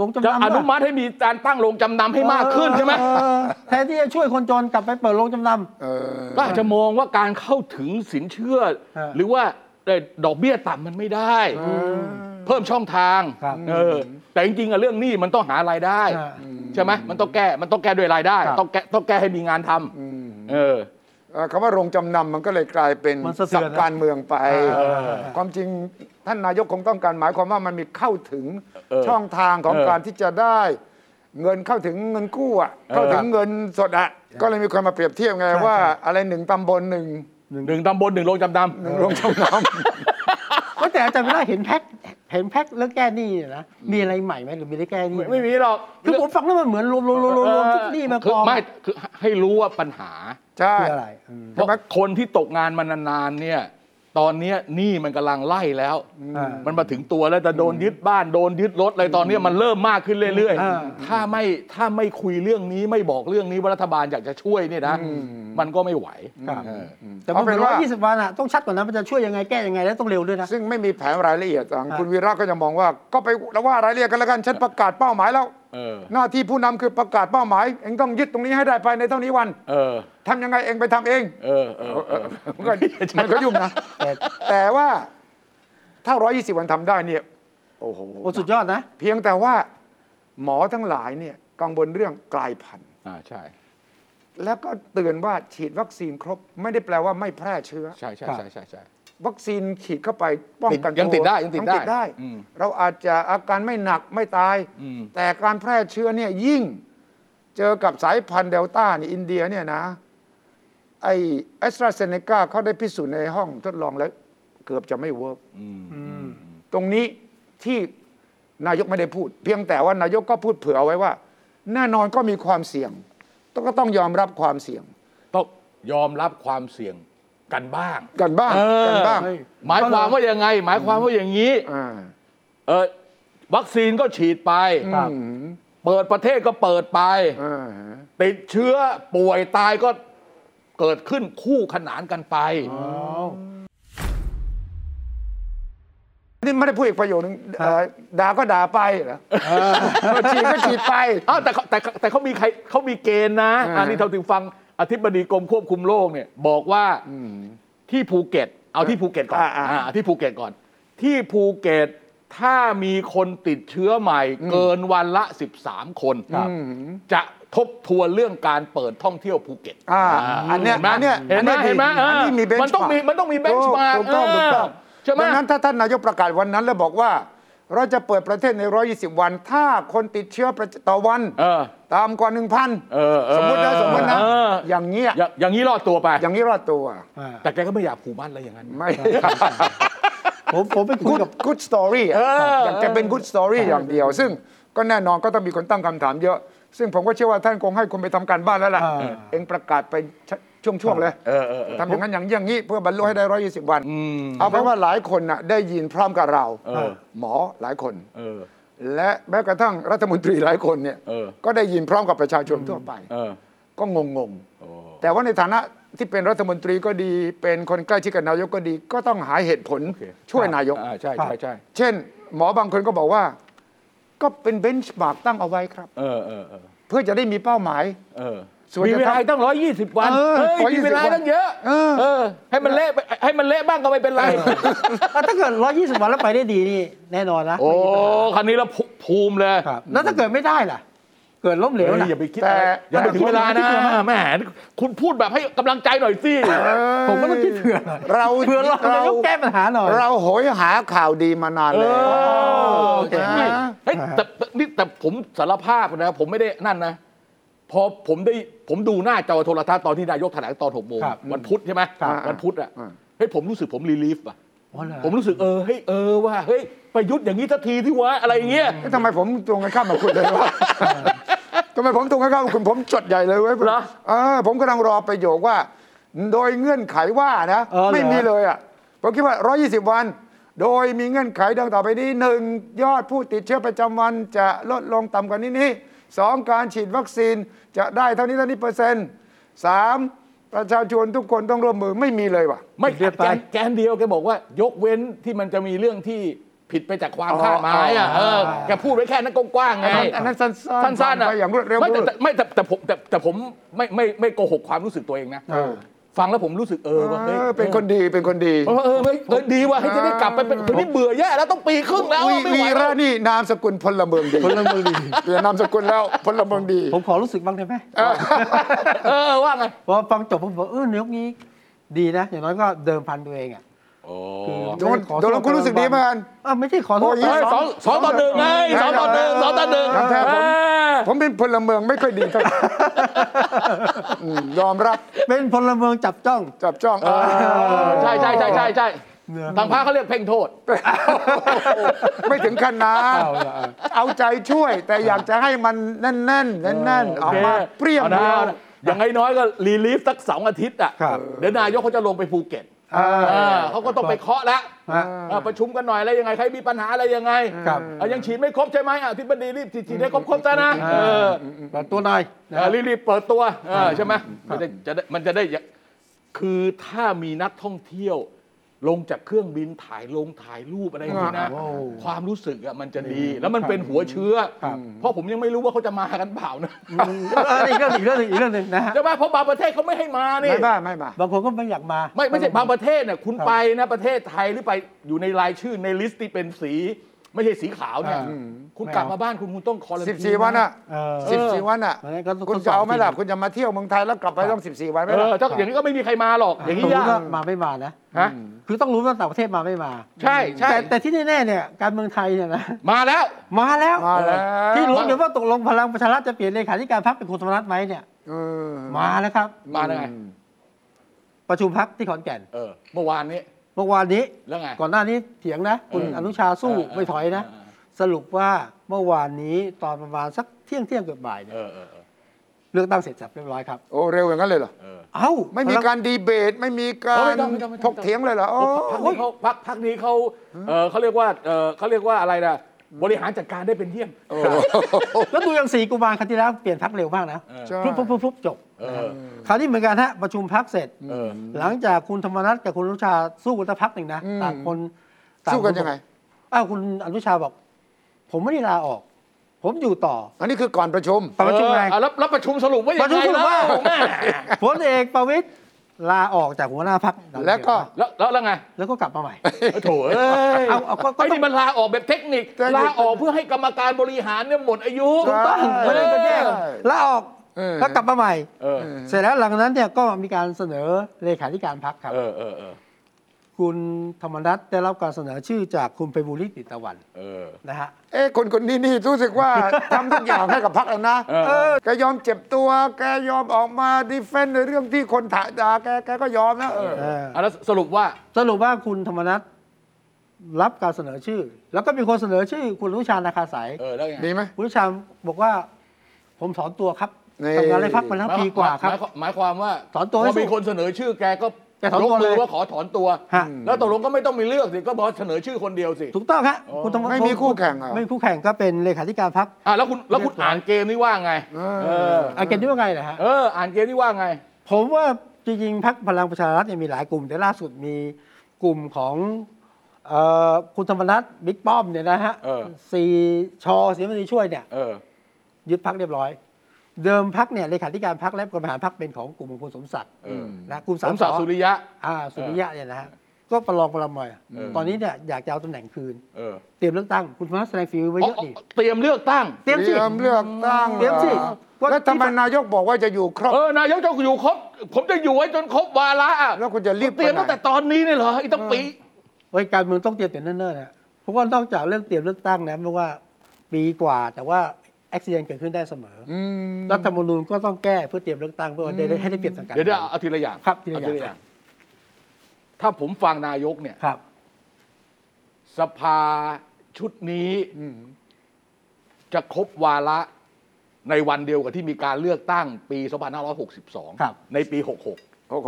Speaker 1: ลงจำ
Speaker 2: จะ
Speaker 1: นำ
Speaker 2: อนุมัติให้มีการตั้งโรงจำนำให้มากขึ้นใช่ไหม
Speaker 1: เออแทนที่จะช่วยคนจนกลับไปเปิดโรงจำน
Speaker 3: เออ
Speaker 2: ก็อาจจะมองว่าการเข้าถึงสินเชื่อ
Speaker 1: ฮะ
Speaker 2: หรือว่าเอ่อดอกเบี้ยต่ำมันไม่ได้ เพิ่มช่องทาง
Speaker 1: ครับ
Speaker 2: เออแต่จริงๆอะเรื่องหนี้มันต้องหารายได้
Speaker 1: ฮะ
Speaker 2: ใช่ไหมมันต้องแก้มันต้องแก้ด้วยรายได้
Speaker 1: ครับ
Speaker 2: ต้องแก้ต้องแก้ให้มีงานทำเออ
Speaker 3: เอ่อคำว่าโรงจำนำมันก็เลยกลายเป็น
Speaker 1: มันสะเทื
Speaker 3: สั
Speaker 1: อน
Speaker 3: บการเมืองไป
Speaker 1: เออ
Speaker 3: ความจริงท่านนายกคงต้องการหมายความว่ามันมีเข้าถึง
Speaker 2: เออ
Speaker 3: ช่องทางของ
Speaker 2: เออ
Speaker 3: การที่จะได้ เงินเข้าถึงเงินกู้อะ
Speaker 2: เออ
Speaker 3: เข้าถึงเงินสดอะก็เลยมีคนมาเปรียบเทียบไง
Speaker 1: ใช่
Speaker 3: ว่า
Speaker 1: ใช่
Speaker 3: อะไรหนึ่งตำบลหนึ่ง
Speaker 2: หนึ่งตำบลหนึ่งโรงจำนำ
Speaker 3: หนึ่งโรงจำน
Speaker 1: ำก็แต่อาจารย์ไม่ได้เห็นแพ็คเห็นแพ็คเรื่องแก้หนี้เนี่ยนะมีอะไรใหม่ไหมหรือมีอะไรแก้หนี้
Speaker 2: ไม่ไม่มีหรอก
Speaker 1: คือผมฟังแล้วมันเหมือนรวมรวมรวมรวมรวมทุกหนี้มาก
Speaker 2: คือ
Speaker 1: อง
Speaker 2: ไม่คือให้รู้ว่าปัญหา
Speaker 3: ำใช่
Speaker 1: คืออะไรอืม
Speaker 2: เพราะคนที่ตกงานมานานๆเนี่ย ตอนเนี้ยหนี้มันกำลังไล่แล้ว
Speaker 1: อ่ามั
Speaker 2: มันมาถึงตัวแล้วแต่โดนยึดบ้านโดนยึดรถอะไรตอนเนี้ยมันเริ่มมากขึ้นเรื่อย
Speaker 1: อ่า
Speaker 2: ๆ ถ้าไม่ถ้าไม่คุยเรื่องนี้ไม่บอกเรื่องนี้ว่ารัฐบาลอยากจะช่วยเนี่ยนะมันก็ไม่ไหว
Speaker 1: ครับ
Speaker 2: เออ
Speaker 1: แต่ผมเห็นว่า20 วันอะต้องชัดกว่านั้นมันจะช่วยยังไงแก้ยังไงและต้องเร็วด้วยนะ
Speaker 3: ซึ่งไม่มีแผนรายละเอียดอ่ะคุณวีระก็จะมองว่า ก็ไปแล้วว่ารายละเอียดกันแล้วกันฉันประกาศเป้าหมายแล้ว
Speaker 2: เออ
Speaker 3: หน้าที่ผู้นำคือประกาศเป้าหมายเองต้องยึดตรงนี้ให้ได้ภายในเท่านี้วัน
Speaker 2: เออ
Speaker 3: ทำยังไงเองไปทำเอง
Speaker 2: เออเออเออ
Speaker 3: มัน ก็มันก็ยุ่งนะ แต่แต่ว่าถ้า 120 วันทำได้เนี่ย โอ้โห
Speaker 1: โอ้สุดยอดนะ
Speaker 3: เพียงแต่ว่าหมอทั้งหลายเนี่ยกังวลเรื่องกลายพันธุ์
Speaker 2: อ่าใช่
Speaker 3: แล้วก็เตือนว่าฉีดวัคซีนครบ ไม่ได้แปลว่าไม่แพร่เชื้อ
Speaker 2: ใช่ใช่ใช่ใช่ใช่
Speaker 3: วัคซีนฉีดเข้าไปป้องกั
Speaker 2: ติ
Speaker 3: น
Speaker 2: ดยัง
Speaker 3: ว
Speaker 2: ติดได้ยังติดได้อืม
Speaker 3: เราอาจจะอาการไม่หนักไม่ตาย
Speaker 2: อืม
Speaker 3: แต่การแพร่เชื้อเนี่ยยิ่งเจอกับสายพันธุ์เดลต้าในอินเดียเนี่ยนะ ไอแอสตราเซเนกาเขาได้พิสูจน์ในห้องทดลองแล้ว เกือบจะไม่เวิร์กตรงนี้ที่นายกไม่ได้พูด เพียงแต่ว่านายกก็พูดเผื่อเอาไว้ว่า แน่นอนก็มีความเสี่ยงต้องก็ต้องยอมรับความเสี่ยง
Speaker 2: ต้องยอมรับความเสี่ยงกันบ้าง
Speaker 3: กันบ้าง
Speaker 2: เออ
Speaker 3: กันบ้าง
Speaker 2: หมายความว่ายังไง หมายความว่าอย่างนี้
Speaker 3: อ่า
Speaker 2: เออวัคซีนก็ฉีดไป
Speaker 1: ครับ
Speaker 3: อืม
Speaker 2: เปิดประเทศก็เปิดไป
Speaker 3: อ่า
Speaker 2: ติดเชื้อป่วยตายก็เกิดขึ้นคู่ขนานกันไป
Speaker 3: นี่ไม่ได้พูดอีกประโยคนึงเอ่อด่าก็ด่าไปเหร อฉีดก็ฉีดไป
Speaker 2: อ้าวแต่เขาแต่เขาแต่เขามีใครเขามีเกณฑ์นะ
Speaker 3: อ่า
Speaker 2: อันนี้เราถึงฟังอธิบดีกรมควบคุมโรคเนี่ยบอกว่าที่ภูเก็ต เอาที่ภูเก็ตก่อนอ่าที่ภูเก็ตก่อน ที่ภูเก็ตถ้ามีคนติดเชื้อใหม่เกินวันละ 13 คนจะทบทวนเรื่องการเปิดท่องเที่ยวภูเก็ต
Speaker 3: อ่าอันเนี้ยอันเนี้ย
Speaker 2: เห็นไหม
Speaker 3: ดี
Speaker 2: เห็นไหมเออ
Speaker 3: อันนี้มีเบนช์
Speaker 2: มันต้องมีมันต้องมี benchmark
Speaker 3: ถูกต้องถูกต้อง
Speaker 2: เออใช่ไหม
Speaker 3: ดังนั้นถ้าท่านนายกประกาศวันนั้น แล้วบอกว่า เราจะเปิดประเทศใน 120 วัน ถ้าคนติดเชื้อประจต่อวัน
Speaker 2: เออ
Speaker 3: ตามกว่า 1,000
Speaker 2: เออเออ
Speaker 3: สมมตินะสมมตินะ
Speaker 2: เอออ
Speaker 3: อย่างเงี้ย
Speaker 2: อย่าอย่างนี้รอดตัวไป
Speaker 3: อย่างนี้รอดตัว
Speaker 1: อ่า
Speaker 2: แต่แกก็ไม่อยากผูกมัดอะไรอย่างนั้น
Speaker 3: ไม่
Speaker 1: ผมผมไปคุ
Speaker 3: กู
Speaker 1: ย
Speaker 3: ด
Speaker 1: กับ
Speaker 3: กูดสตอรี่
Speaker 2: เออ
Speaker 3: อยากจะเป็นกูดสตอรี่อย่างเดียว ซึ่งก็แน่นอนก็ต้องมีคนตั้งคำถามเยอะ ซึ่งผมก็เชื่อว่าท่านคงให้คนไปทำการบ้านแล้วล่ะ
Speaker 1: อ่า
Speaker 3: เองประกาศไปช่วงๆเลย
Speaker 2: เออเออเออ
Speaker 3: ทำอย่างนั้นอย่างนี้อย่างนี้เพื่อบรรลุให้ได้ 120 วัน
Speaker 2: อืม
Speaker 3: เอาเป็นว่าหลายคนน่ะได้ยินพร้อมกับเรา
Speaker 2: เออ
Speaker 3: หมอหลายคน
Speaker 2: เออ
Speaker 3: และแม้กระทั่งรัฐมนตรีหลายคนเนี่ย
Speaker 2: เออ
Speaker 3: ก็ได้ยินพร้อมกับประชาชนทั่วไป
Speaker 2: เออ
Speaker 3: ก็งง
Speaker 2: โอ้
Speaker 3: ๆ แต่ว่าในฐานะที่เป็นรัฐมนตรีก็ดี เป็นคนใกล้ชิดกับนายกก็ดี ก็ต้องหาเหตุผล
Speaker 2: โอเค
Speaker 3: ช่วยนายก
Speaker 2: อ่ใช่ใช่ใช่
Speaker 3: เช่น หมอบางคนก็บอกว่า ก็เป็นเบนช์มาร์กตั้งเอาไว้ครับ
Speaker 2: เออเออเออ
Speaker 3: เพื่อจะได้มีเป้าหมาย
Speaker 2: เออ
Speaker 3: ส่วน
Speaker 2: มี
Speaker 3: จะ
Speaker 2: เวลา
Speaker 3: ทำ
Speaker 2: ตั้งร้อยยี่สิบวัน
Speaker 3: เออ
Speaker 2: เฮ้ย
Speaker 3: ขอ
Speaker 2: มี
Speaker 3: 20
Speaker 2: เวลา
Speaker 3: วัน
Speaker 2: ตั้งเยอะ
Speaker 3: เออ
Speaker 2: เออ ให้มันเละไปให้มันเละบ้างก็ไม่เป็นไร
Speaker 1: อ่ะถ้าเกิด 120 วันแล้วไปได้ดีนี่แน่นอนนะ
Speaker 2: โอ้คันนี้เราภูภูมิเลย
Speaker 1: ครับ แล้วถ้าเกิดไม่ได้ล่ะ เกิดล้มเหลว
Speaker 2: เฮ้ย
Speaker 1: ล่ะ
Speaker 2: อย่าไปคิด
Speaker 3: แต่
Speaker 2: อะไรอย่าไปถึงเวลานะแหมคุณพูดแบบให้กำลังใจหน่อยสิ
Speaker 1: ผมก็ต้องคิดเผื่อหน่อย
Speaker 3: เรา
Speaker 1: เผื่อเราเราต้องแก้ปัญหาหน่อย
Speaker 3: เราโหยหาข่าวดีมานาน
Speaker 2: เอ
Speaker 3: แล้ว
Speaker 2: อ
Speaker 1: โอเค
Speaker 3: นะ
Speaker 2: เฮ้ยแต่แต่นี่แต่ผมสารภาพนะ ผมไม่ได้นั่นนะ พอผมได้ผมดูหน้าจอโทรทัศน์ตอนที่นายกแถลงตอนหกโมง
Speaker 1: ครับ
Speaker 2: วันพุธใช่ไหม
Speaker 1: ครับ
Speaker 2: วันพุธอ่ะเฮ้ยผมรู้สึกผมรีลีฟอ่ะ
Speaker 1: อ๋อเหรอ
Speaker 2: ผมรู้สึกเออเฮ้ยเออว่าเฮ้ยประยุทธ์อย่างนี้สักทีที่วะอะไรอย่างเงี้ย
Speaker 3: เอ๊ะทำไมผมตรงกันข้ามกับคุณเล ยวะทำไมผมตรงกันข้ามกับคุณผมจดใหญ่เลยเว้ย
Speaker 2: เหรอ
Speaker 3: เออผมกำลังรอประโยคว่า โดยเงื่อนไขว่านะ
Speaker 1: เออเหรอ
Speaker 3: ไม่มีเลยอ่ะผมคิดว่า 120 วัน โดยมีเงื่อนไขดังต่อไปนี้หนึ่งยอดผู้ติดเชื้อประจำวันจะลดลงต่ำกว่านี้นี้สองการฉีดวัคซีนจะได้เท่านี้เท่านี้เปอร์เซ็นต์สามประชาชนทุกคนต้องร่วมมือไม่มีเลยว่ะ
Speaker 2: ไม่
Speaker 1: เรียบไป
Speaker 2: แกนแกนเดียวแกบอกว่า ยกเว้นที่มันจะมีเรื่องที่ผิดไปจากความคาดหมายอ่ะเออแกพูดไว้แค่นั้นกว้างๆไง
Speaker 3: อันนั้นสั้นๆ
Speaker 2: สั้นๆ
Speaker 3: ฟั
Speaker 2: นะ
Speaker 3: งไปอย่างรวดเร็ว
Speaker 2: ไม่แต่แต่ไม่แต่แต่ผมแต่แต่ผมไม่ไม่ไม่โกหกความรู้สึกตัวเองนะ
Speaker 3: เออ
Speaker 2: ฟังแล้วผมรู้สึกเออว่า
Speaker 3: เอ
Speaker 2: ฮ้ย
Speaker 3: อเป็นคนดีเป็นคนดี
Speaker 2: เออเออเฮ้ยเออดีว่ะให้ยจะได้กลับไปเป็นคนนี่เบื่อแย่แล้วต้องปีครึ่งแล้ว
Speaker 3: วี
Speaker 2: ไม่
Speaker 3: วี
Speaker 2: ไหวแล้
Speaker 3: ระ
Speaker 2: ว
Speaker 3: นี่นามสกุลพลเมืองดี
Speaker 1: พลเมืองดี
Speaker 3: เปลี่ยนนามสกุล แล้วพลเมืองดี
Speaker 1: ผมขอรู้สึกบ้างได้ไหม
Speaker 2: เออว่าไง
Speaker 1: พอฟังจบผมบอกเออนายกนี้ ดีนะ อย่างน้อยก็เดิมพันตัวเองอ่ะ
Speaker 3: โดนโดนแล้วคุณรู้สึกดีไหมอัน
Speaker 1: อ่ะไม่ใช่ขอโทษ
Speaker 3: โอ้ย
Speaker 2: เฮ้ยสองสองต่อหนึ่งไงสองต่อหนึ่งสองต่อหนึ่ง
Speaker 3: ครับครับผม
Speaker 2: เออ
Speaker 3: ผมเป็นพลเมืองไม่ค่อยดีเท่าไหร่อืมยอมรับ
Speaker 1: เป็นพลเมืองจับจ้อง
Speaker 3: จับจ้องเออ
Speaker 2: ใช่ใช่ใช่ใช่ใช่
Speaker 1: เนอะ
Speaker 2: ทางพระเขาเรียกเพ่งโทษ
Speaker 3: ไม่ถึงขั้นนะ
Speaker 1: เอาละเอา
Speaker 3: เอาใจช่วย แต่อยากจะให้มันแน่นๆ แน่นๆออกมาเปรี้ยง
Speaker 2: อานะอานะอย่างน้อยๆก็รีลีฟสักสองอาทิตย์อ่ะ
Speaker 1: ครับ
Speaker 2: เดี๋ยวนายกเขาจะลงไปภูเก็ต
Speaker 1: อ่า
Speaker 2: เออเขาก็ต้องไปเคาะแล้ว
Speaker 1: ฮะ
Speaker 2: เออประชุมกันหน่อยอะไรยังไงใครมีปัญหาอะไรยังไง
Speaker 1: ครับ
Speaker 2: เออยังฉีดไม่ครบใช่ไหมอ่ะที่บดีรีบฉีดให้ครบครบๆซะนะเออ
Speaker 1: แบบตัวนายนะ
Speaker 2: เออรีบๆเปิดตัวเออใช่ไหมมันจะจะได้มันจะได้อย่างคือถ้ามีนักท่องเที่ยว ลงจากเครื่องบินถ่ายลงถ่ายรูปอะไรอย่างนี้นะ
Speaker 1: โอ้โห
Speaker 2: ความรู้สึกอ่ะมันจะดีแล้วมันเป็นหัวเชื้อ
Speaker 1: ครับ
Speaker 2: เพราะผมยังไม่รู้ว่าเขาจะมากันเปล่านะ
Speaker 1: อืมเอออีกเรื่องหนึ่งอีกเรื่องหนึ่งอีกเรื่องหนึ่งนะฮะ
Speaker 2: ใช่ไหมเพราะบางประเทศเขาไม่ให้มานี่
Speaker 3: ไม่มาไม่มา
Speaker 1: บางคนก็ไม่อยากมา
Speaker 2: ไม่ไม่ใช่บางประเทศเนี่ยคุณ
Speaker 1: ครับ
Speaker 2: ไปนะประเทศไทยหรือไปอยู่ในรายชื่อในลิสต์ที่เป็นสี ไม่ใช่สีขาวเนี่ย
Speaker 1: อ่า
Speaker 2: คุณ
Speaker 1: ไม่
Speaker 2: กลับ
Speaker 1: เอา
Speaker 2: มาบ้านคุณคุณต้องคอรันที
Speaker 3: 14 วันอ่ะ
Speaker 1: เออ
Speaker 3: สิบสี่วันอ่ะ
Speaker 1: วันนั้นก็ต้อง
Speaker 3: คุณจะเอาไหมล่ะ
Speaker 1: ทดสอบ
Speaker 3: คุณจะมาเที่ยวเมืองไทยแล้วกลับไปต้อง 14 วันไหม
Speaker 2: เอ
Speaker 3: ล่ะ
Speaker 2: อถ้าอย่างนี้ก็ไม่มีใครมาหรอก อย่างนี้
Speaker 1: ต้
Speaker 2: ยา
Speaker 1: รู้ว่
Speaker 2: ก
Speaker 1: มาไม่มานะ
Speaker 2: ฮะ
Speaker 1: คือต้องรู้ว่าต่างประเทศมาไม่มา
Speaker 2: ใช่ใช่
Speaker 1: แต่แต่ที่แน่ๆเนี่ยการเมืองไทยเนี่ยนะ
Speaker 2: มาแล้ว
Speaker 1: มาแล้ว
Speaker 3: มาแล้ว
Speaker 1: ที่รู้เดี๋ยวว่าตกลงพลังประชารัฐจะเปลี่ยนเลขาธิการพรรคเป็นคุณธรรมนัฐไหมเนี่ย
Speaker 3: เออ
Speaker 1: มาแล้วครับ
Speaker 2: มาแล้วไง
Speaker 1: ประชุมพักที่ขอนแก่น
Speaker 2: เออเมื่อวานนี้
Speaker 1: เมื่อวานนี้
Speaker 2: แล้วไง
Speaker 1: ก่อนหน้านี้เถียงนะ คุณ
Speaker 2: เออ
Speaker 1: อนุชาสู้
Speaker 2: เออเออ
Speaker 1: ไม่ถอยนะ
Speaker 2: เออเอ
Speaker 1: สรุปว่าเมื่อวานนี้ตอนประมาณสักเที่ยงเที่ยงๆเกือบบ่ายเนี่ย
Speaker 2: เออเออเออ
Speaker 1: เลือกตั้งเสร็จสับเรียบร้อยครับ
Speaker 3: โอ้เร็วอย่างนั้นเลยเหรอ
Speaker 2: เออ
Speaker 1: เอ้า
Speaker 3: ไม่มีการดีเบต ไม่มีกา
Speaker 2: เออไม่
Speaker 3: ร
Speaker 2: ต้องไม่ต้องไม่ต้อง
Speaker 3: ถกเถียงเลยเหรอโอ้
Speaker 2: พักนี้เขาพักพักนี้เขาเออเขาเรียกว่าเออเขาเรียกว่าอะไรนะบริหารจัดการได้เป็นเยี่ยม
Speaker 3: โอ้
Speaker 1: แล้วดูอย่างสีกุมารครั้งที่แล้วเปลี่ยนพักเร็วมากนะ
Speaker 2: เออ
Speaker 3: ใช่
Speaker 1: พรุบพรุบพรุบพรุบจบ
Speaker 2: เออ
Speaker 1: คราวนี้เหมือนกันฮะประชุมพักเสร็จ
Speaker 2: เออ
Speaker 1: หลังจากคุณธรรมนัฐกับคุณอนุชาสู้กันสักพักหนึ่งนะ
Speaker 3: อืม
Speaker 1: ต่างคน
Speaker 3: สู้กันยังไง
Speaker 1: อ้าวคุณอนุชาบอก ผมไม่ได้ลาออก ผมอยู่ต่อ
Speaker 3: อันนี้คือก่อนประชุม
Speaker 1: ตอนประชุมไง
Speaker 2: เออแล้วแล้วประชุมสรุปว่ายังไง
Speaker 1: ประชุมสรุปว่า
Speaker 2: แล้วแม่
Speaker 1: พลเอกประวิตยลาออกจากหัวหน้าพัก
Speaker 3: แล้วก็
Speaker 2: แล้วแล้วแล้วไง
Speaker 1: แล้วก็กลับมาใหม่
Speaker 2: โถเอ้ย
Speaker 1: เอาเอาก็ก็ต้อง
Speaker 2: ไอ้นี่มันลาออกแบบเทคนิค
Speaker 3: เทคนิค
Speaker 2: ลาออกเพื่อให้กรรมการบริหารเนี่ยหมดอายุ
Speaker 3: ถูก
Speaker 1: ต้
Speaker 3: ต้อ
Speaker 1: อง ง
Speaker 2: เอ
Speaker 1: ไม่ได้
Speaker 2: อ
Speaker 1: ไปแก้ลาออก
Speaker 3: เออ
Speaker 1: แล้วกลับมาใหม่
Speaker 2: เออ
Speaker 1: เสร็จแล้วหลังจากนั้นเนี่ยก็มีการเสนอเลขาธิการพักครับ
Speaker 2: เออเออเออ
Speaker 1: คุณธรรมนัฐได้รับการเสนอชื่อจากคุณไปบุรีติตะวัน
Speaker 2: เออ
Speaker 1: นะฮะ
Speaker 3: เอ้คนคนนี้นี่รู้สึกว่า ทำทุกอย่างให้กับพรรคเลยนะ
Speaker 1: เออ
Speaker 3: แกยอมเจ็บตัว แกยอมออกมาดีเฟนต์ในเรื่องที่คนถ่ายด่าแกแกก็ยอมนะเออ
Speaker 1: เออ
Speaker 2: เอาแล้วสรุปว่า
Speaker 1: สรุปว่าคุณธรรมนัฐรับการเสนอชื่อ แล้วก็มีคนเสนอชื่อ คุณอนุชานาคาสาย
Speaker 2: เออแล้วไง
Speaker 3: ดีไหม
Speaker 1: คุณอนุชาบอกว่า ผมถอนตัวครับ
Speaker 3: นี่
Speaker 1: ทำงานได้พักมาแล้วปีกว่าครับ
Speaker 2: หมยหมายความว่า
Speaker 1: ถอนตัวให้
Speaker 2: พอมี
Speaker 1: สุด
Speaker 2: คนเสนอชื่อแกก็
Speaker 1: แกถอนตัว
Speaker 2: กมื
Speaker 1: เลย
Speaker 2: ว่าขอถอนตัว
Speaker 1: ฮะ
Speaker 2: แล้วตกลงก็ไม่ต้องมีเลือกสิก็บอกเสนอชื่อคนเดียวสิ
Speaker 1: ถูกต้องฮะ
Speaker 2: อ๋อ
Speaker 1: คุณธวัช
Speaker 3: ไม่มีคู่แข่งเหรอ
Speaker 1: ไม่มีคู่แข่งก็เป็นเลขาธิการพัก
Speaker 2: อ่ะแล้วคุณแล้วคุณอ่านเกมนี่ว่าไง
Speaker 3: เออ
Speaker 2: เออ
Speaker 1: อาเกนนี่ว่าไงนะฮะ
Speaker 2: เออ อ่านเกมนี่ว่าไง
Speaker 1: ผมว่าจริงๆพรรคพลังประชารัฐเนี่ยมีหลายกลุ่ม แต่ล่าสุดมีกลุ่มของเอ่อคุณธรรมนัฐบิ๊กป้อมเนี่ยนะฮะ
Speaker 2: เออ
Speaker 1: สี่ชอเสียมณีช่วยเนี่ย
Speaker 2: เออ
Speaker 1: ยึดพักเรียบร้อย เดิมพักเนี่ยเลขาธิการพักและกรรมการพักเป็นของกลุ่มของคุณสมศักดิ์
Speaker 2: เออ
Speaker 1: นะกลุ่ม
Speaker 2: ส
Speaker 1: สาม
Speaker 2: มศักดิ์
Speaker 1: ส
Speaker 2: สุริยะ
Speaker 1: อ่าสุริยะเนี่ยนะฮะก็ประลองประลำหน่อย
Speaker 2: เออ
Speaker 1: ตอนนี้เนี่ยอยากจะเอาตำแหน่งคืน
Speaker 2: เออ
Speaker 1: เตรียมเลือกตั้งคุณธรรมนัฐแสดงฝีมือไว้
Speaker 2: อ๋อ
Speaker 1: เยอะดิ
Speaker 2: อ๋อเตรียมเลือกตั้ง
Speaker 1: เตรียมสิ
Speaker 3: เตรียมเลือกตั้ง
Speaker 1: เตรียมสิ
Speaker 3: หอ
Speaker 1: ว่า
Speaker 3: แล้วทำไม
Speaker 1: ที่
Speaker 3: นายกบอกว่าจะอยู่ครบ
Speaker 2: เออนายกจะอยู่ครบ ผมจะอยู่ไว้จนครบวาระอ่ะ
Speaker 3: แล้วคุณจะรีบไปไหน
Speaker 2: เตรียมตั้งแต่ตอนนี้เนี่ยเหรอไอ้ต้องปี
Speaker 1: เฮ้ยการเมืองต้องเตรียมแต่เนิ่นๆนะเพราะว่านอกจากเรื่องเตรียมเลือกตั้งนะไม่ว่าปีกว่า แต่ว่าอุบิเหตุเกิดขึ้นได้เสมออ
Speaker 3: อืม
Speaker 1: รัฐธรรมนูญก็ต้องแก้เพื่อเตรียมเลือกตั้งเพื่อว่าได้ให้ได้เปรียบทางการ
Speaker 2: เดี๋ยวเดี๋ยว
Speaker 1: เมือง
Speaker 2: เอาทีละอย่าง
Speaker 1: ครับทีละ
Speaker 2: เ
Speaker 1: อย่าง
Speaker 2: ถ้าผมฟังนายกเนี่ย
Speaker 1: ครับ
Speaker 2: สภาชุดนี้
Speaker 3: อืม
Speaker 2: จะครบวาระในวันเดียวกับที่มีการเลือกตั้งปี
Speaker 1: ครับ
Speaker 2: 2562 ในปี 66
Speaker 3: หก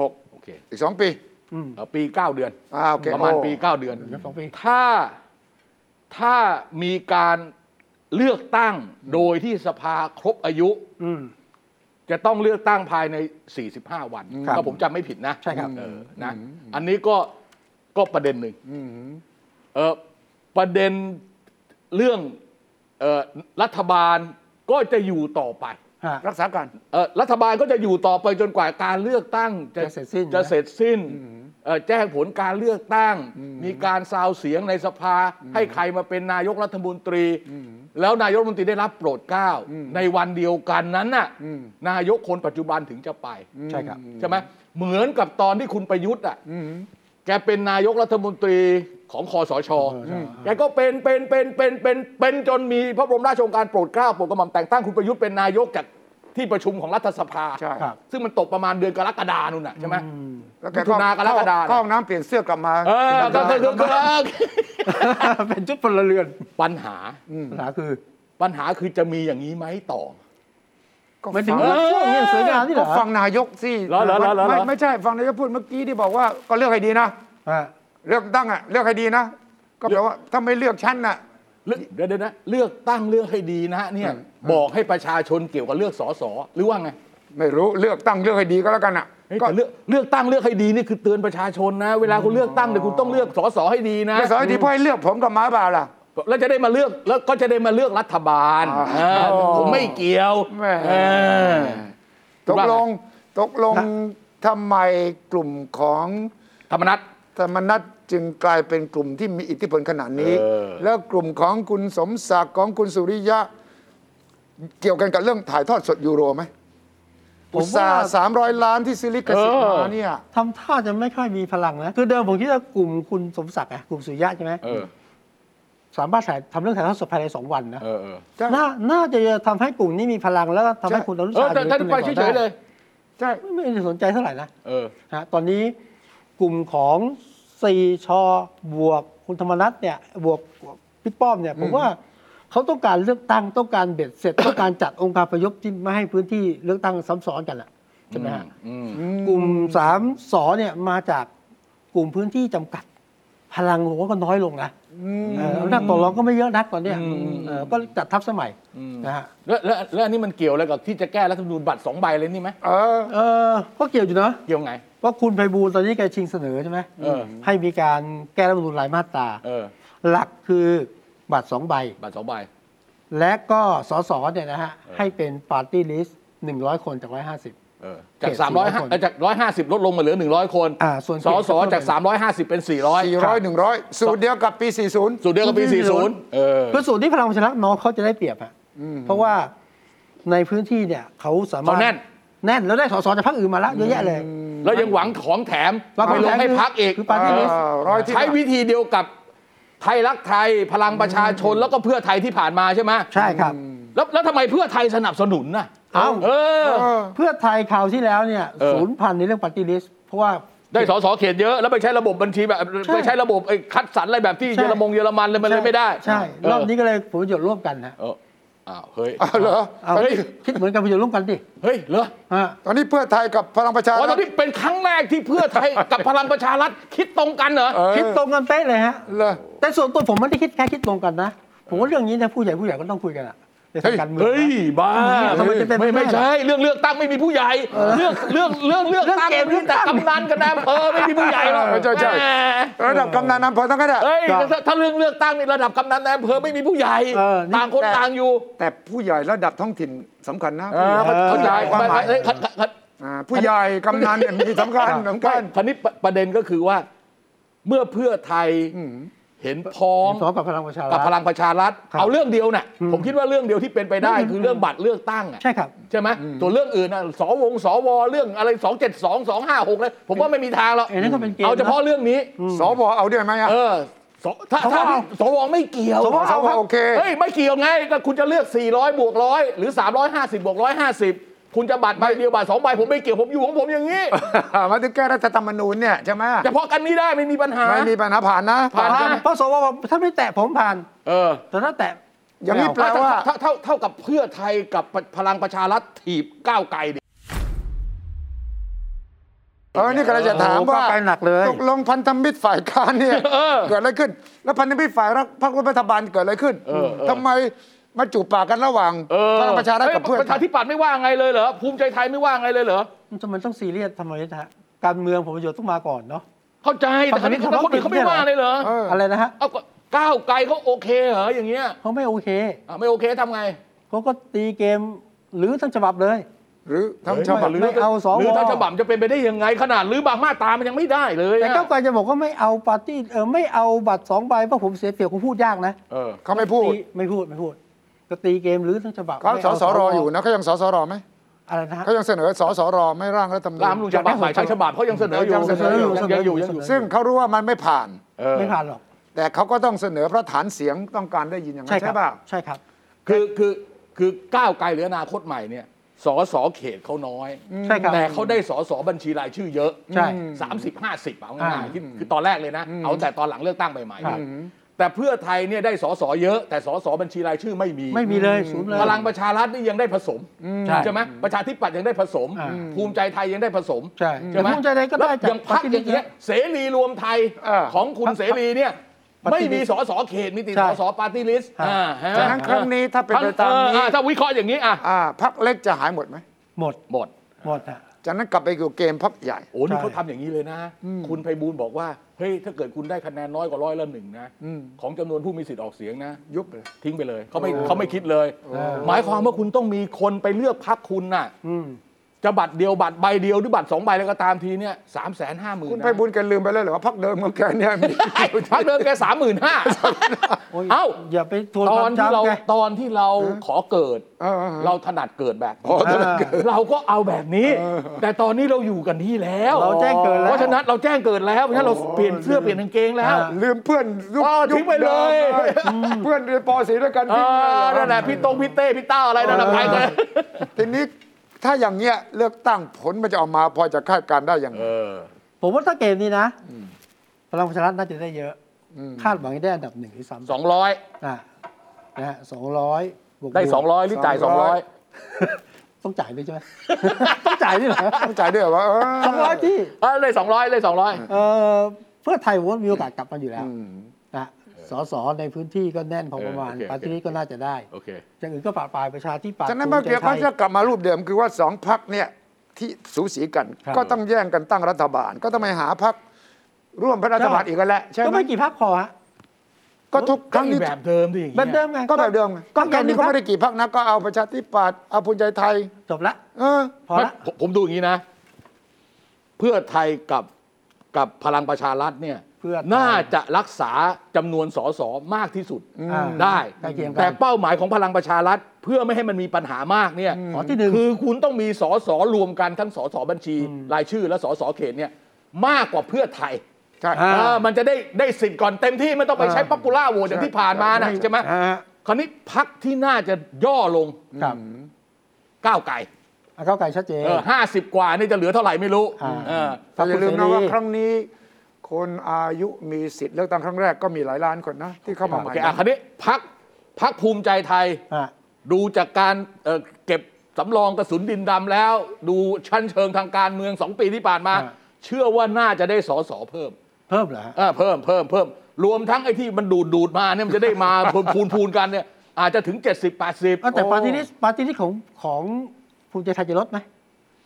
Speaker 3: หก
Speaker 2: โอเค
Speaker 3: อีกสองปี
Speaker 1: อืม
Speaker 2: เอ่อปี 9 เดือน
Speaker 3: อ้าวโอเค
Speaker 2: ประมาณ
Speaker 3: โอ้
Speaker 2: ปี 9 เดือน
Speaker 1: สองปี
Speaker 2: ถ้าถ้ามีการเลือกตั้งโดยที่สภาครบอายุ
Speaker 1: อืม
Speaker 2: จะต้องเลือกตั้งภายใน 45 วัน
Speaker 1: ครับ
Speaker 2: ถ้าผมจำไม่ผิดนะ
Speaker 1: ใช่ครับ
Speaker 2: เออนะอันนี้ก็ก็ประเด็นหนึ่ง
Speaker 3: อืม
Speaker 2: เออประเด็นเรื่องเออรัฐบาลก็จะอยู่ต่อไป
Speaker 1: ฮะ
Speaker 3: รักษาการ
Speaker 2: เออรัฐบาลก็จะอยู่ต่อไปจนกว่าการเลือกตั้ง
Speaker 1: จะเสร็จสิ้น
Speaker 2: จะเสร็จสิ้นเอ่อแจ้งผลการเลือกตั้ง มีการซาวเสียงในสภา ให้ใครมาเป็นนายกรัฐมนตรี แล้วนายกรัฐมนตรีได้รับโปรดเกล้าในวันเดียวกันนั้นน่ะ
Speaker 3: อืม
Speaker 2: นายกคนปัจจุบันถึงจะไป
Speaker 1: ใช่ครับ
Speaker 2: ใช่ไหมเหมือนกับตอนที่คุณประยุทธ์อ่ะ
Speaker 3: อืม
Speaker 2: แกเป็นนายกรัฐมนตรีของคอสช
Speaker 1: อืม
Speaker 2: แกก็เป็นเป็นเป็นเป็นเป็นเป็นจนมีพระบรมราชโองการโปรดเกล้าโปรดกระหม่อมแต่งตั้งคุณประยุทธ์เป็นนายกจากที่ประชุมของรัฐสภา
Speaker 3: ใช่
Speaker 1: ครับ
Speaker 2: ซึ่งมันตกประมาณเดือนกรกฎานู่นน่ะใช่ไหม
Speaker 1: อืม
Speaker 3: แล้วแก
Speaker 2: มิถุนากรกฎา
Speaker 3: เข้าห้องน้ำเปลี่ยนเสื้อกลับมา
Speaker 2: เออก็คือก็
Speaker 1: เป็นชุดพลเรือน
Speaker 2: ปัญหา
Speaker 1: ปัญหาคือ
Speaker 2: ปัญหาคือจะมีอย่างนี้ไหมต่อ
Speaker 3: ก็
Speaker 1: หมันถึง
Speaker 3: ฟัง
Speaker 1: เลือกช่วงเนี่ยสวยงามที่เหร
Speaker 3: ก็
Speaker 1: อ
Speaker 3: ฟังนายกสิ
Speaker 2: เหรอเหรอเหรอเหรอ
Speaker 3: ไม่ไม่ใช่ฟังนายกพูดเมื่อกี้ที่บอกว่าก็เลือกให้ดีนะ
Speaker 1: ฮะ
Speaker 3: เลือกตั้งอ่ะเลือกให้ดีนะ ก็แปลว่าถ้าไม่เลือกฉันน่ะ
Speaker 2: เลือกเดี๋ยวเดี๋ยวนะเลือกตั้งเลือกให้ดีนะเนี่ยบอกให้ประชาชนเกี่ยวกับเลือกสสหรือว่าไง
Speaker 3: ไม่รู้เลือกตั้งเลือกให้ดีก็แล้วกันอ่ะ
Speaker 2: เฮ้ย
Speaker 3: ก็
Speaker 2: แต่เลือกเลือกตั้งเลือกให้ดีนี่คือเตือนประชาชนนะ เวลาคุณเลือกตั้งเนี่ยคุณต้องเลือกสสให้ดีนะ
Speaker 3: ก็สวัสดีพ่อให้เลือกผมกับหมาบ่าล่ะ
Speaker 2: แล้วจะได้มาเลือกแล้วก็จะได้มาเลือกรัฐบาล
Speaker 3: อ๋อ
Speaker 2: เออผมไม่เกี่ยว
Speaker 3: แม่
Speaker 2: เออ
Speaker 3: ตกล
Speaker 2: ว่า
Speaker 3: ง
Speaker 2: ไง
Speaker 3: ตกลงทำไมกลุ่มของ
Speaker 2: ธรรมนัต
Speaker 3: ธรรมนัตจึงกลายเป็นกลุ่มที่มีอิทธิพลขนาดนี้
Speaker 2: เออ
Speaker 3: แล้วกลุ่มของคุณสมศักดิ์ของคุณสุริยะ เกี่ยวกันกับเรื่องถ่ายทอดสดยูโรไหม
Speaker 1: ผม
Speaker 3: อุต
Speaker 1: ว่า
Speaker 3: สาสามร้อยล้านที่ซื้อลิขสิทธิ์มาเนี่ย
Speaker 1: ทำท่าจะไม่ค่อยมีพลังนะคือเดิมผมคิดว่ากลุ่มคุณสมศักดิ์อะกลุ่มสุริยะใช่ไหม
Speaker 2: เออ
Speaker 1: สามารถถ่ายทำเรื่องถ่ายทอดสดภายในสองวันนะ
Speaker 2: เออเออ
Speaker 3: ใช่
Speaker 1: น่าน่าจะทำให้กลุ่มนี้มีพลังแล้วก็ทำให้
Speaker 3: ใช่
Speaker 1: คุณอนุ
Speaker 2: เอ
Speaker 1: ชา
Speaker 2: อแต่ท่าน
Speaker 1: ดิ
Speaker 2: ไป
Speaker 1: ตำแหน่ง
Speaker 2: เฉ
Speaker 1: ต่อยได้
Speaker 2: ๆเลย
Speaker 3: ใช่
Speaker 1: ไม่ได้สนใจเท่าไหร่นะ
Speaker 2: เออ
Speaker 1: ฮะตอนนี้กลุ่มของสีชอบวกคุณธรรมนัฐเนี่ยบวกพิกป้อมเนี่ยผมว่าเขาต้องการเลือกตั้งต้องการเบ็ดเสร็จ ต้องการจัดองค์การประยพที่ไม่ให้พื้นที่เลือกตั้งซ้ำซ้อนกันแหละใช่ไหมฮะ
Speaker 2: อืม
Speaker 1: กลุ่มสามสอเนี่ยมาจากกลุ่มพื้นที่จำกัด พลังผมว่าก็น้อยลงนะเอออำนาจต่อรองก็ไม่เยอะนักตอนเนี้ยเออก็จัดทัพสมัยนะฮะ
Speaker 2: แล้วแล้วแล้วอันนี้มันเกี่ยวอะไรกับที่จะแก้รัฐธรรมนูญบัตรสองใบเลยนี่ไหม
Speaker 3: เออ
Speaker 1: เออก็เกี่ยวอยู่นะ
Speaker 2: เกี่ยวไง
Speaker 1: เพราะคุณไพบูลย์ตอนนี้แกชิงเสนอใช่ไหม
Speaker 2: เออ
Speaker 1: ให้มีการแก้รัฐธรรมนูญรายมาตรา
Speaker 2: เออ
Speaker 1: หลักคือบัตรสองใบ
Speaker 2: บัตรสองใบ
Speaker 1: และก็สสเนี่ยนะฮะ
Speaker 2: เออ
Speaker 1: ให้เป็นปาร์ตี้ลิสต์หนึ่งร้อยคนจากร้อยห้าสิบ
Speaker 2: เออจาก
Speaker 1: เขต
Speaker 2: สามร้อยห้า
Speaker 1: 400คน
Speaker 2: เอ่อจากร้อยห้าสิบลดลงมาเหลือหนึ่งร้อยคน
Speaker 1: อ่าส่วน
Speaker 2: ส
Speaker 1: เขต
Speaker 2: ส
Speaker 1: ก็เพิ่ม
Speaker 2: จากสามร้อยห้าสิบเป็นสี่ร้อย
Speaker 3: 400 100 สูตรเดียวกับปี 40
Speaker 2: สูตรเดียวกับปี 40 เออ
Speaker 1: คือส่วนที่พลังประชารัฐน้องเขาจะได้เปรียบฮะเพราะว่าในพื้นที่เนี่ยเขาสามารถ
Speaker 2: เขาแน่น
Speaker 1: แน่นแล้วได้สสจากพรรคอื่นมาแล้วเยอะแยะเลย
Speaker 2: แล้วยังหวังของแถม
Speaker 1: แล้ว
Speaker 2: ไปลงให้พักอีก
Speaker 1: คือ ปาร์ตี้ลิสต์
Speaker 3: อ่าร้อยที่
Speaker 2: ใช้วิธีเดียวกับไทยรักไทยพลังประชาชนแล้วก็เพื่อไทยที่ผ่านมาใช่ไหม
Speaker 1: ใช่ครับ
Speaker 2: แล้วแล้วทำไมเพื่อไทยสนับสนุนน่ะ
Speaker 1: เอ้า
Speaker 2: เออ
Speaker 3: เออ
Speaker 1: เพื่อไทยคราวที่แล้วเนี่ย
Speaker 2: เออ
Speaker 1: ศูนย์พันในเรื่องปาร์ตี้ลิสต์เพราะว่า
Speaker 2: ได้สสเขตเยอะแล้วไปใช้ระบบบัญชีแบบ
Speaker 1: ใช่
Speaker 2: ไปใช้ระบบไอ้คัดสรรอะไรแบบที่
Speaker 1: ใช่
Speaker 2: เยอรมงเยอรมันเลยมันเลยไม่ได้
Speaker 1: ใช่รอบนี้
Speaker 2: เ
Speaker 1: ก็เลยผลประโยชน์ร่วมกันนะ
Speaker 2: เออ อ้าวเฮ้ย
Speaker 3: อ้าวเหรอ
Speaker 1: เอา
Speaker 3: ตอนนี้
Speaker 1: คิดเหมือนกันประโยชน์ร่วมกันดิ
Speaker 2: เฮ้ยเหรอ
Speaker 1: ฮะ
Speaker 3: ตอนนี้เพื่อไทยกับพลังประชา
Speaker 2: อ๋อตอ
Speaker 3: รัฐ
Speaker 2: นนี้เป็นครั้งแรกที่เพื่อไทย กับพลังประชารัฐคิดตรงกันเหรอ
Speaker 3: เออ
Speaker 1: คิดตรงกันเป๊ะเลยฮะ
Speaker 3: เหรอ
Speaker 1: แต่ส่วนตัวผมไม่ได้คิดแค่คิดตรงกันนะ ผมว่าเรื่องนี้นะผู้ใหญ่ผู้ใหญ่ก็ต้องคุยกันอะในทางการเมืองนะ
Speaker 2: เฮ้ยบ้า
Speaker 1: ทำไมจะเป็น
Speaker 2: ไม่
Speaker 1: ไม่
Speaker 2: ไม่
Speaker 1: ได้
Speaker 2: ใช่เรื่องเลือกตั้งไม่มีผู้ใหญ่ เรื่องเรื่องเรื่องเลือกตั้ง
Speaker 1: เรื่องเกม
Speaker 2: มีแต่กำนันกับนายอำเภอไม่มีผู้ใหญ่หรอก
Speaker 3: ใช่ใช่
Speaker 2: แหม
Speaker 3: ระดับกำนันอำเภอทั้งนั้นอะ
Speaker 2: เฮ้ยถ้าถ้าเรื่องเลือกตั้งในระดับกำนันนายอำเภอไม่มีผู้ใหญ่
Speaker 1: เออนี่
Speaker 2: ต่างคน
Speaker 3: แต่
Speaker 2: ต่างอยู่
Speaker 3: แต่ผู้ใหญ่ระดับท้องถิ่นสำคัญนะ
Speaker 1: เออ
Speaker 3: ผู้
Speaker 1: เข้า
Speaker 3: ให
Speaker 1: ใจ
Speaker 3: ญ่ความหมาย
Speaker 2: เอ้ขัดขัดขัด
Speaker 3: อ่าผู้ใหญ่กำนันเนี่ยมีสำคัญสำคัญ
Speaker 2: คราวนี้ประประเด็นก็คือว่า เมื่อเพื่อไทยเห็นพ้อง
Speaker 1: สองกับพลังประชารั
Speaker 2: กั
Speaker 1: ฐ
Speaker 2: บพลังประชารัฐ
Speaker 1: ครับ
Speaker 2: เอาเรื่องเดียวน่ะ
Speaker 1: อืม
Speaker 2: ผมคิดว่าเรื่องเดียวที่เป็นไปได้คือเรื่องบัตรเลือกตั้งอะ
Speaker 1: ใช่ครับ
Speaker 2: ใช่ไหมตัวเรื่องอื่นนะสวงสวเรื่องอะไร 2 7 2 2 5 6เลยผมว่าไม่มีทางหรอก
Speaker 1: เอ้ยนั่นก็เป็นเกมนะ
Speaker 2: เอาเฉพาะเรื่องนี้
Speaker 3: สวเอาด้วยไหมอ่ะ
Speaker 2: เออสถ้า
Speaker 1: สว
Speaker 2: ถ้าสวไม่เกี่ยว
Speaker 1: สวเอาครับ
Speaker 3: โอเค
Speaker 2: เฮ้ย ไม่เกี่ยวไงก็คุณจะเลือก 400 บวกร้อยหรือ 350 บวก150 คุณจะบัตรใบเดียวบัตรสองใบผมไม่เกี่ยวผมอยู่ของผมอย่างนี้
Speaker 3: มาถึงแก้รัฐธรรมนูญเนี่ยใช่ไหม
Speaker 2: เฉพาะกันนี้ได้ไม่มีปัญหา
Speaker 3: ไม่มีปัญหาผ่านนะ
Speaker 2: ผ่าน
Speaker 1: ผ่านเพราะสวบอกถ้าไม่แตะผมผ่าน
Speaker 2: เออ
Speaker 1: แต่ถ้าแตะ
Speaker 3: อย่างนี้
Speaker 1: ไม่เ
Speaker 3: แปลว่า
Speaker 2: เท่เท่าเท่ากับเพื่อไทยกับพลังประชารัฐถีบก้าวไกลดิ
Speaker 3: เออนี่กำลังจะถาม
Speaker 1: โอ้โห
Speaker 3: ว่า
Speaker 1: ก็ไปหนักเลย
Speaker 3: ตกลงพันธมิตรฝ่ายค้านเนี่ย
Speaker 2: เออ
Speaker 3: เกิดอะไรขึ้น แล้วพันธมิตรฝ่ายรัฐพรรครัฐบาลเกิดอะไรขึ้น
Speaker 2: เออเออ
Speaker 3: ทำไมมาจูบปากกันระหว่าง
Speaker 2: เออ
Speaker 3: พลังประชารัฐกับเพื่อ
Speaker 2: ประ
Speaker 3: ไท
Speaker 2: ชาย ธิปัตย์ไม่ว่าไงเลยเหรอภูมิใจไทยไม่ว่าไงเลยเหรอ
Speaker 1: อาทำไมันต้องซีเรียสทำไมนะฮะการเมืองผลประโยชน์ต้องมาก่อนเนาะ
Speaker 2: เข้าใจแต่คนนี้
Speaker 1: ฝั่ง
Speaker 2: คน
Speaker 1: นี้
Speaker 2: อื่น
Speaker 1: เขา
Speaker 2: เขาไม่
Speaker 1: ไม่
Speaker 2: ว่าเลยเหรอ
Speaker 3: เออ
Speaker 1: อะไรนะฮะ
Speaker 2: เอาก็ก้าวไกลเขาโอเคเหรออย่างเงี้ย
Speaker 1: เขาไม่โอเค
Speaker 2: อ่ะไม่โอเคทำไง
Speaker 1: เขาก็ตีเกมหรือทั้งฉบับเลย
Speaker 3: หรือทั้งฉบับ
Speaker 1: ไม่เอาสว
Speaker 2: หรือถ้าฉบับจะเป็นไปได้ยังไง ขนาดหรือบางมาตรามันยังไม่ได้เลยอะ
Speaker 1: แต่ก้าวไกลจะบอกว่าไม่เอาปาร์ตี้เออไม่เอาบัตรสองใบเพราะผมเสียเปรียบผมพูดยากนะ
Speaker 2: เออ
Speaker 3: เขาไม่พูด
Speaker 1: ตีไม่พูดไม่พูดก็ตีเกมหรือทั้งฉบับ
Speaker 3: เขา
Speaker 1: ไม่
Speaker 3: ส
Speaker 1: เา
Speaker 3: สรอยู่นะเขายังสสรไหม
Speaker 1: อะไรนะฮะ
Speaker 3: เขายังเสนอสสรไม่ร่างรัฐธรรมนู
Speaker 2: ราม
Speaker 3: ญ
Speaker 2: ลุงฉบับใหม่ทั้งฉบับเขายังเสนออยู่
Speaker 3: ยังเสนออยู่
Speaker 2: ยังอยู่
Speaker 1: เสนออยู่
Speaker 2: ยังอยู่
Speaker 3: ซึ่งเขารู้ว่ามันไม่ผ่าน
Speaker 2: เออ
Speaker 1: ไม่ผ่านหรอก
Speaker 3: แต่เขาก็ต้องเสนอเพราะฐานเสียงต้องการได้ยินอย่างนั้น
Speaker 1: ครั
Speaker 3: ใช่ป่ะ
Speaker 1: ใช่ครับ
Speaker 2: คือคือคือก้าวไกลหรืออนาคตใหม่เนี่ยสอสอเขตเขาน้อย
Speaker 1: ใช่ครับ
Speaker 2: แต่เขาได้สอสอบัญชีรายชื่อเยอะ
Speaker 1: ใช่
Speaker 2: สามสิบห้าสิบเอาง่าย
Speaker 1: อ่า
Speaker 2: ๆคิดคือตอนแรกเลยนะ เอาแต่ตอนหลังเลือกตั้งใหม่ๆ
Speaker 1: ครับ
Speaker 2: นะแต่เพื่อไทยเนี่ยได้สอสอเยอะ แต่สอสอบัญชีรายชื่อไม่มี
Speaker 1: ไม่มีเลยศูนย์เลย
Speaker 2: พลังประชารัฐนี่ยังได้ผสม
Speaker 1: ใช่
Speaker 2: ใช่ไหมประชาธิปัตย์ยังได้ผสม
Speaker 1: อ่า
Speaker 2: ภูมิใจไทยยังได้ผสม
Speaker 1: ใช่
Speaker 2: ใช่ไหม
Speaker 1: แต่ภูมิใจไทยก็ได้
Speaker 2: แล้ว
Speaker 1: จาก
Speaker 2: อย่างพรรคอย่าง
Speaker 1: ปฏิทิน
Speaker 2: เงี้ยเสรีรวมไทย
Speaker 3: า
Speaker 2: ของคุณเสรีเนี่ย
Speaker 1: ปฏิ
Speaker 2: ไม่
Speaker 1: ทิน
Speaker 2: มีสอสอเขตมีติด
Speaker 1: ใช่
Speaker 2: สอสอปาร์ตี้ลิสต์
Speaker 1: ฮะ
Speaker 2: อ่าฮะ
Speaker 3: ฉะนั้นครั้งนี้ถ้าเป็นไปตาม
Speaker 2: เออ
Speaker 3: นี้
Speaker 2: อ่ถ้าวิเคราะห์อย่างนี้อ่ะ
Speaker 3: อ่าพรรคเล็กจะหายหมดไหม
Speaker 1: หมด
Speaker 2: หมด
Speaker 1: หมดอ่ะ
Speaker 3: จากนั้นกลับไปอยู่เกมพรรคใหญ่
Speaker 2: โอ้นี่
Speaker 1: ใช่
Speaker 2: เขาทำอย่างนี้เลยนะ คุณไพบูลย์บอกว่า เฮ้ย ถ้าเกิดคุณได้คะแนนน้อยกว่าร้อยละหนึ่งนะ ของจำนวนผู้มีสิทธิ์ออกเสียงนะ
Speaker 3: ยุบเลย
Speaker 2: ทิ้งไปเลยเขาไม่เขาไม่คิดเลย หมายความว่าคุณต้องมีคนไปเลือกพักคุณน่ะ
Speaker 1: อืม
Speaker 2: จะบัตรเดียวบัตรใบเดียวหรือบัตรสองใบแล้วก็ตามทีเนี่ยสามแสนห้าหมื่น
Speaker 3: คุณไปบุญแกันลืมไปแล้วเหรอว่าพรรคเดิมของแกเนี่ยมี
Speaker 2: พักเดิมแกสามหมื่นห้า
Speaker 1: โย
Speaker 2: เอ้า
Speaker 1: อย่าไปทวน
Speaker 2: ต
Speaker 1: ค
Speaker 2: อ
Speaker 1: วาน ม
Speaker 2: ที่เรา
Speaker 1: จำไง
Speaker 2: ตอนที่เราขอเกิด
Speaker 3: เออเออเออ
Speaker 2: เราถนัดเกิดแบบนี้
Speaker 3: อ๋อตอนนั้นเกิด
Speaker 2: เราก็เอาแบบนี้ แต่ตอนนี้เราอยู่กันนี่แล้ว
Speaker 1: เราแจ้งเกิดแล้ว
Speaker 2: เพราะฉะนั้นเราแจ้งเกิดแล้วเพราะฉะนั้นเราเปลี่ยนเสื้อเปลี่ยนกางเกงแล้ว
Speaker 1: อ่า
Speaker 3: ลืมเพื่อนยุค
Speaker 2: อ๋อทิ้งไปเลย
Speaker 3: ดิม เพื่อนเรียนปสีด้วยกัน
Speaker 2: เอ
Speaker 3: ทิ้งเลย
Speaker 2: อ
Speaker 3: เหรอ
Speaker 2: นั่นแหละพี่ตรงพี่เต้พี่เต้าอะไรนั่นแหละ
Speaker 3: เออ
Speaker 2: ไปกัน
Speaker 3: ทีนี้ถ้าอย่างเงี้ยเลือกตั้งผลมันจะออกมาพอจะคาดการณ์ได้อย่างไร
Speaker 1: ผมว่าถ้าเกมนี้นะพลังประชารัฐน่าจะได้เยอะ คาดหวังให้ได้อันดับหนึ่งหรือสาม
Speaker 2: สองร้อย
Speaker 1: อ่ะนะฮะสองร้อยบวก
Speaker 2: ได้สองร้อยหรือจ่ายสองร้อย
Speaker 1: ต้องจ่ายด้วยใช่ไหม ต้องจ่ายด้วยเหรอ
Speaker 3: ต้องจ่ายด้วยเหรอว่า
Speaker 1: สองร้อยที่
Speaker 2: เออเลยสองร้อยเลยสองร้อย
Speaker 1: เอ่อเพื่อไทยผมว่ามีโอกาสกลับมาอยู่แล้วนะสสในพื้นที่ก็แน่นพอประมาณปาร์ตี้ลิสต์ก็น่าจะได้
Speaker 2: โอเค
Speaker 1: อย่างอื่นก็ปะปลายประชาธิปัตย์
Speaker 3: ฉะนั้นเมื่อกี้
Speaker 1: ภู
Speaker 3: เขา
Speaker 1: มิใจไท
Speaker 3: จะ
Speaker 1: ย
Speaker 3: กลับมารูปเดิมคือว่าสองพักเนี่ยที่สูสีกัน
Speaker 1: ครับ
Speaker 3: ก็ต้องแย่งกันตั้งรัฐบาล ก็ต้องไปหาพักร่วมรัฐบาล
Speaker 1: ใช่
Speaker 3: อีกแล้วแหละใช่
Speaker 1: ก็
Speaker 3: ไหม
Speaker 1: ไม่กี่ภาคพอฮะ
Speaker 3: ก็ทุกครั้งนี้
Speaker 2: แบบเดิมดิ
Speaker 1: แบบเดิมไง
Speaker 3: ก็แบบเดิมไง
Speaker 1: ก็
Speaker 3: ก็
Speaker 1: แค่
Speaker 3: แค่
Speaker 1: นี้
Speaker 3: นี้
Speaker 1: ก็
Speaker 3: ก็ไม่ได้กี่พักนะก็เอาประชาธิปัตย์เอาภูมิใจไทย
Speaker 1: จบละ
Speaker 3: เออ
Speaker 1: พอละ
Speaker 2: ผมผมดูอย่างนี้นะ เพื่อไทยกับกับพลังประชารัฐเนี่ย
Speaker 1: เพื่อไทย
Speaker 2: น่าจะรักษาจำนวนสสมากที่สุด
Speaker 1: อ่า
Speaker 2: ได้
Speaker 1: ใกล้เคียงกัน
Speaker 2: แต่เป้าหมายของพลังประชารัฐ เพื่อไม่ให้มันมีปัญหามากเนี่ย
Speaker 1: ขอที่หนึ่ง
Speaker 2: คือคุณต้องมีสสรวมกันทั้งสสบัญชี รายชื่อและสสเขตเนี่ยมากกว่าเพื่อไทย
Speaker 3: ใช่
Speaker 1: อ่า
Speaker 2: เออมันจะได้ได้สิทธิ์ก่อนเต็มที่ไม่ต้องไปใช้ป๊อปปูล่าโหวตอย่างที่ผ่านมานะใช่ไหม
Speaker 1: อ่า
Speaker 2: คราวนี้พักที่น่าจะย่อลง
Speaker 1: ครับ
Speaker 2: ก้าวไกล
Speaker 1: อ่ะก้าวไกลชัดเจน
Speaker 2: เออห้าสิบกว่านี่จะเหลือเท่าไหร่ไม่รู้
Speaker 1: อ่า
Speaker 2: เออ
Speaker 1: ครับ
Speaker 3: อย่าลืมนะ
Speaker 1: คุณเสรี
Speaker 3: ว่าครั้งนี้ คนอายุมีสิทธิ์เลือกตั้งครั้งแรกก็มีหลายล้านคนนะที่เข้ามา
Speaker 2: โอ
Speaker 3: ใหม่
Speaker 2: เคอ่ะคันนี้พักพักภูมิใจไทย
Speaker 1: อ่ะ
Speaker 2: ดูจากการเอ่อเก็บสำรองกระสุนดินดำแล้ว ดูชั้นเชิงทางการเมืองสองปีที่ผ่านมา
Speaker 1: อ่า
Speaker 2: เชื่อว่าน่าจะได้สอสอเพิ่ม
Speaker 1: เพิ่มเหรอฮะ
Speaker 2: เออเพิ่มเพิ่มเพิ่มรวมทั้งไอ้ที่มันดูดดูดมาเนี่ยมันจะได้มา พูนพูนพูนกันเนี่ย อาจจะถึง 70 80
Speaker 1: อ่ะแต่
Speaker 2: โอ้
Speaker 1: ปาร์ตี้ลิสต์ปาร์ตี้ลิสต์ของของภูมิใจไทยจะลดไหม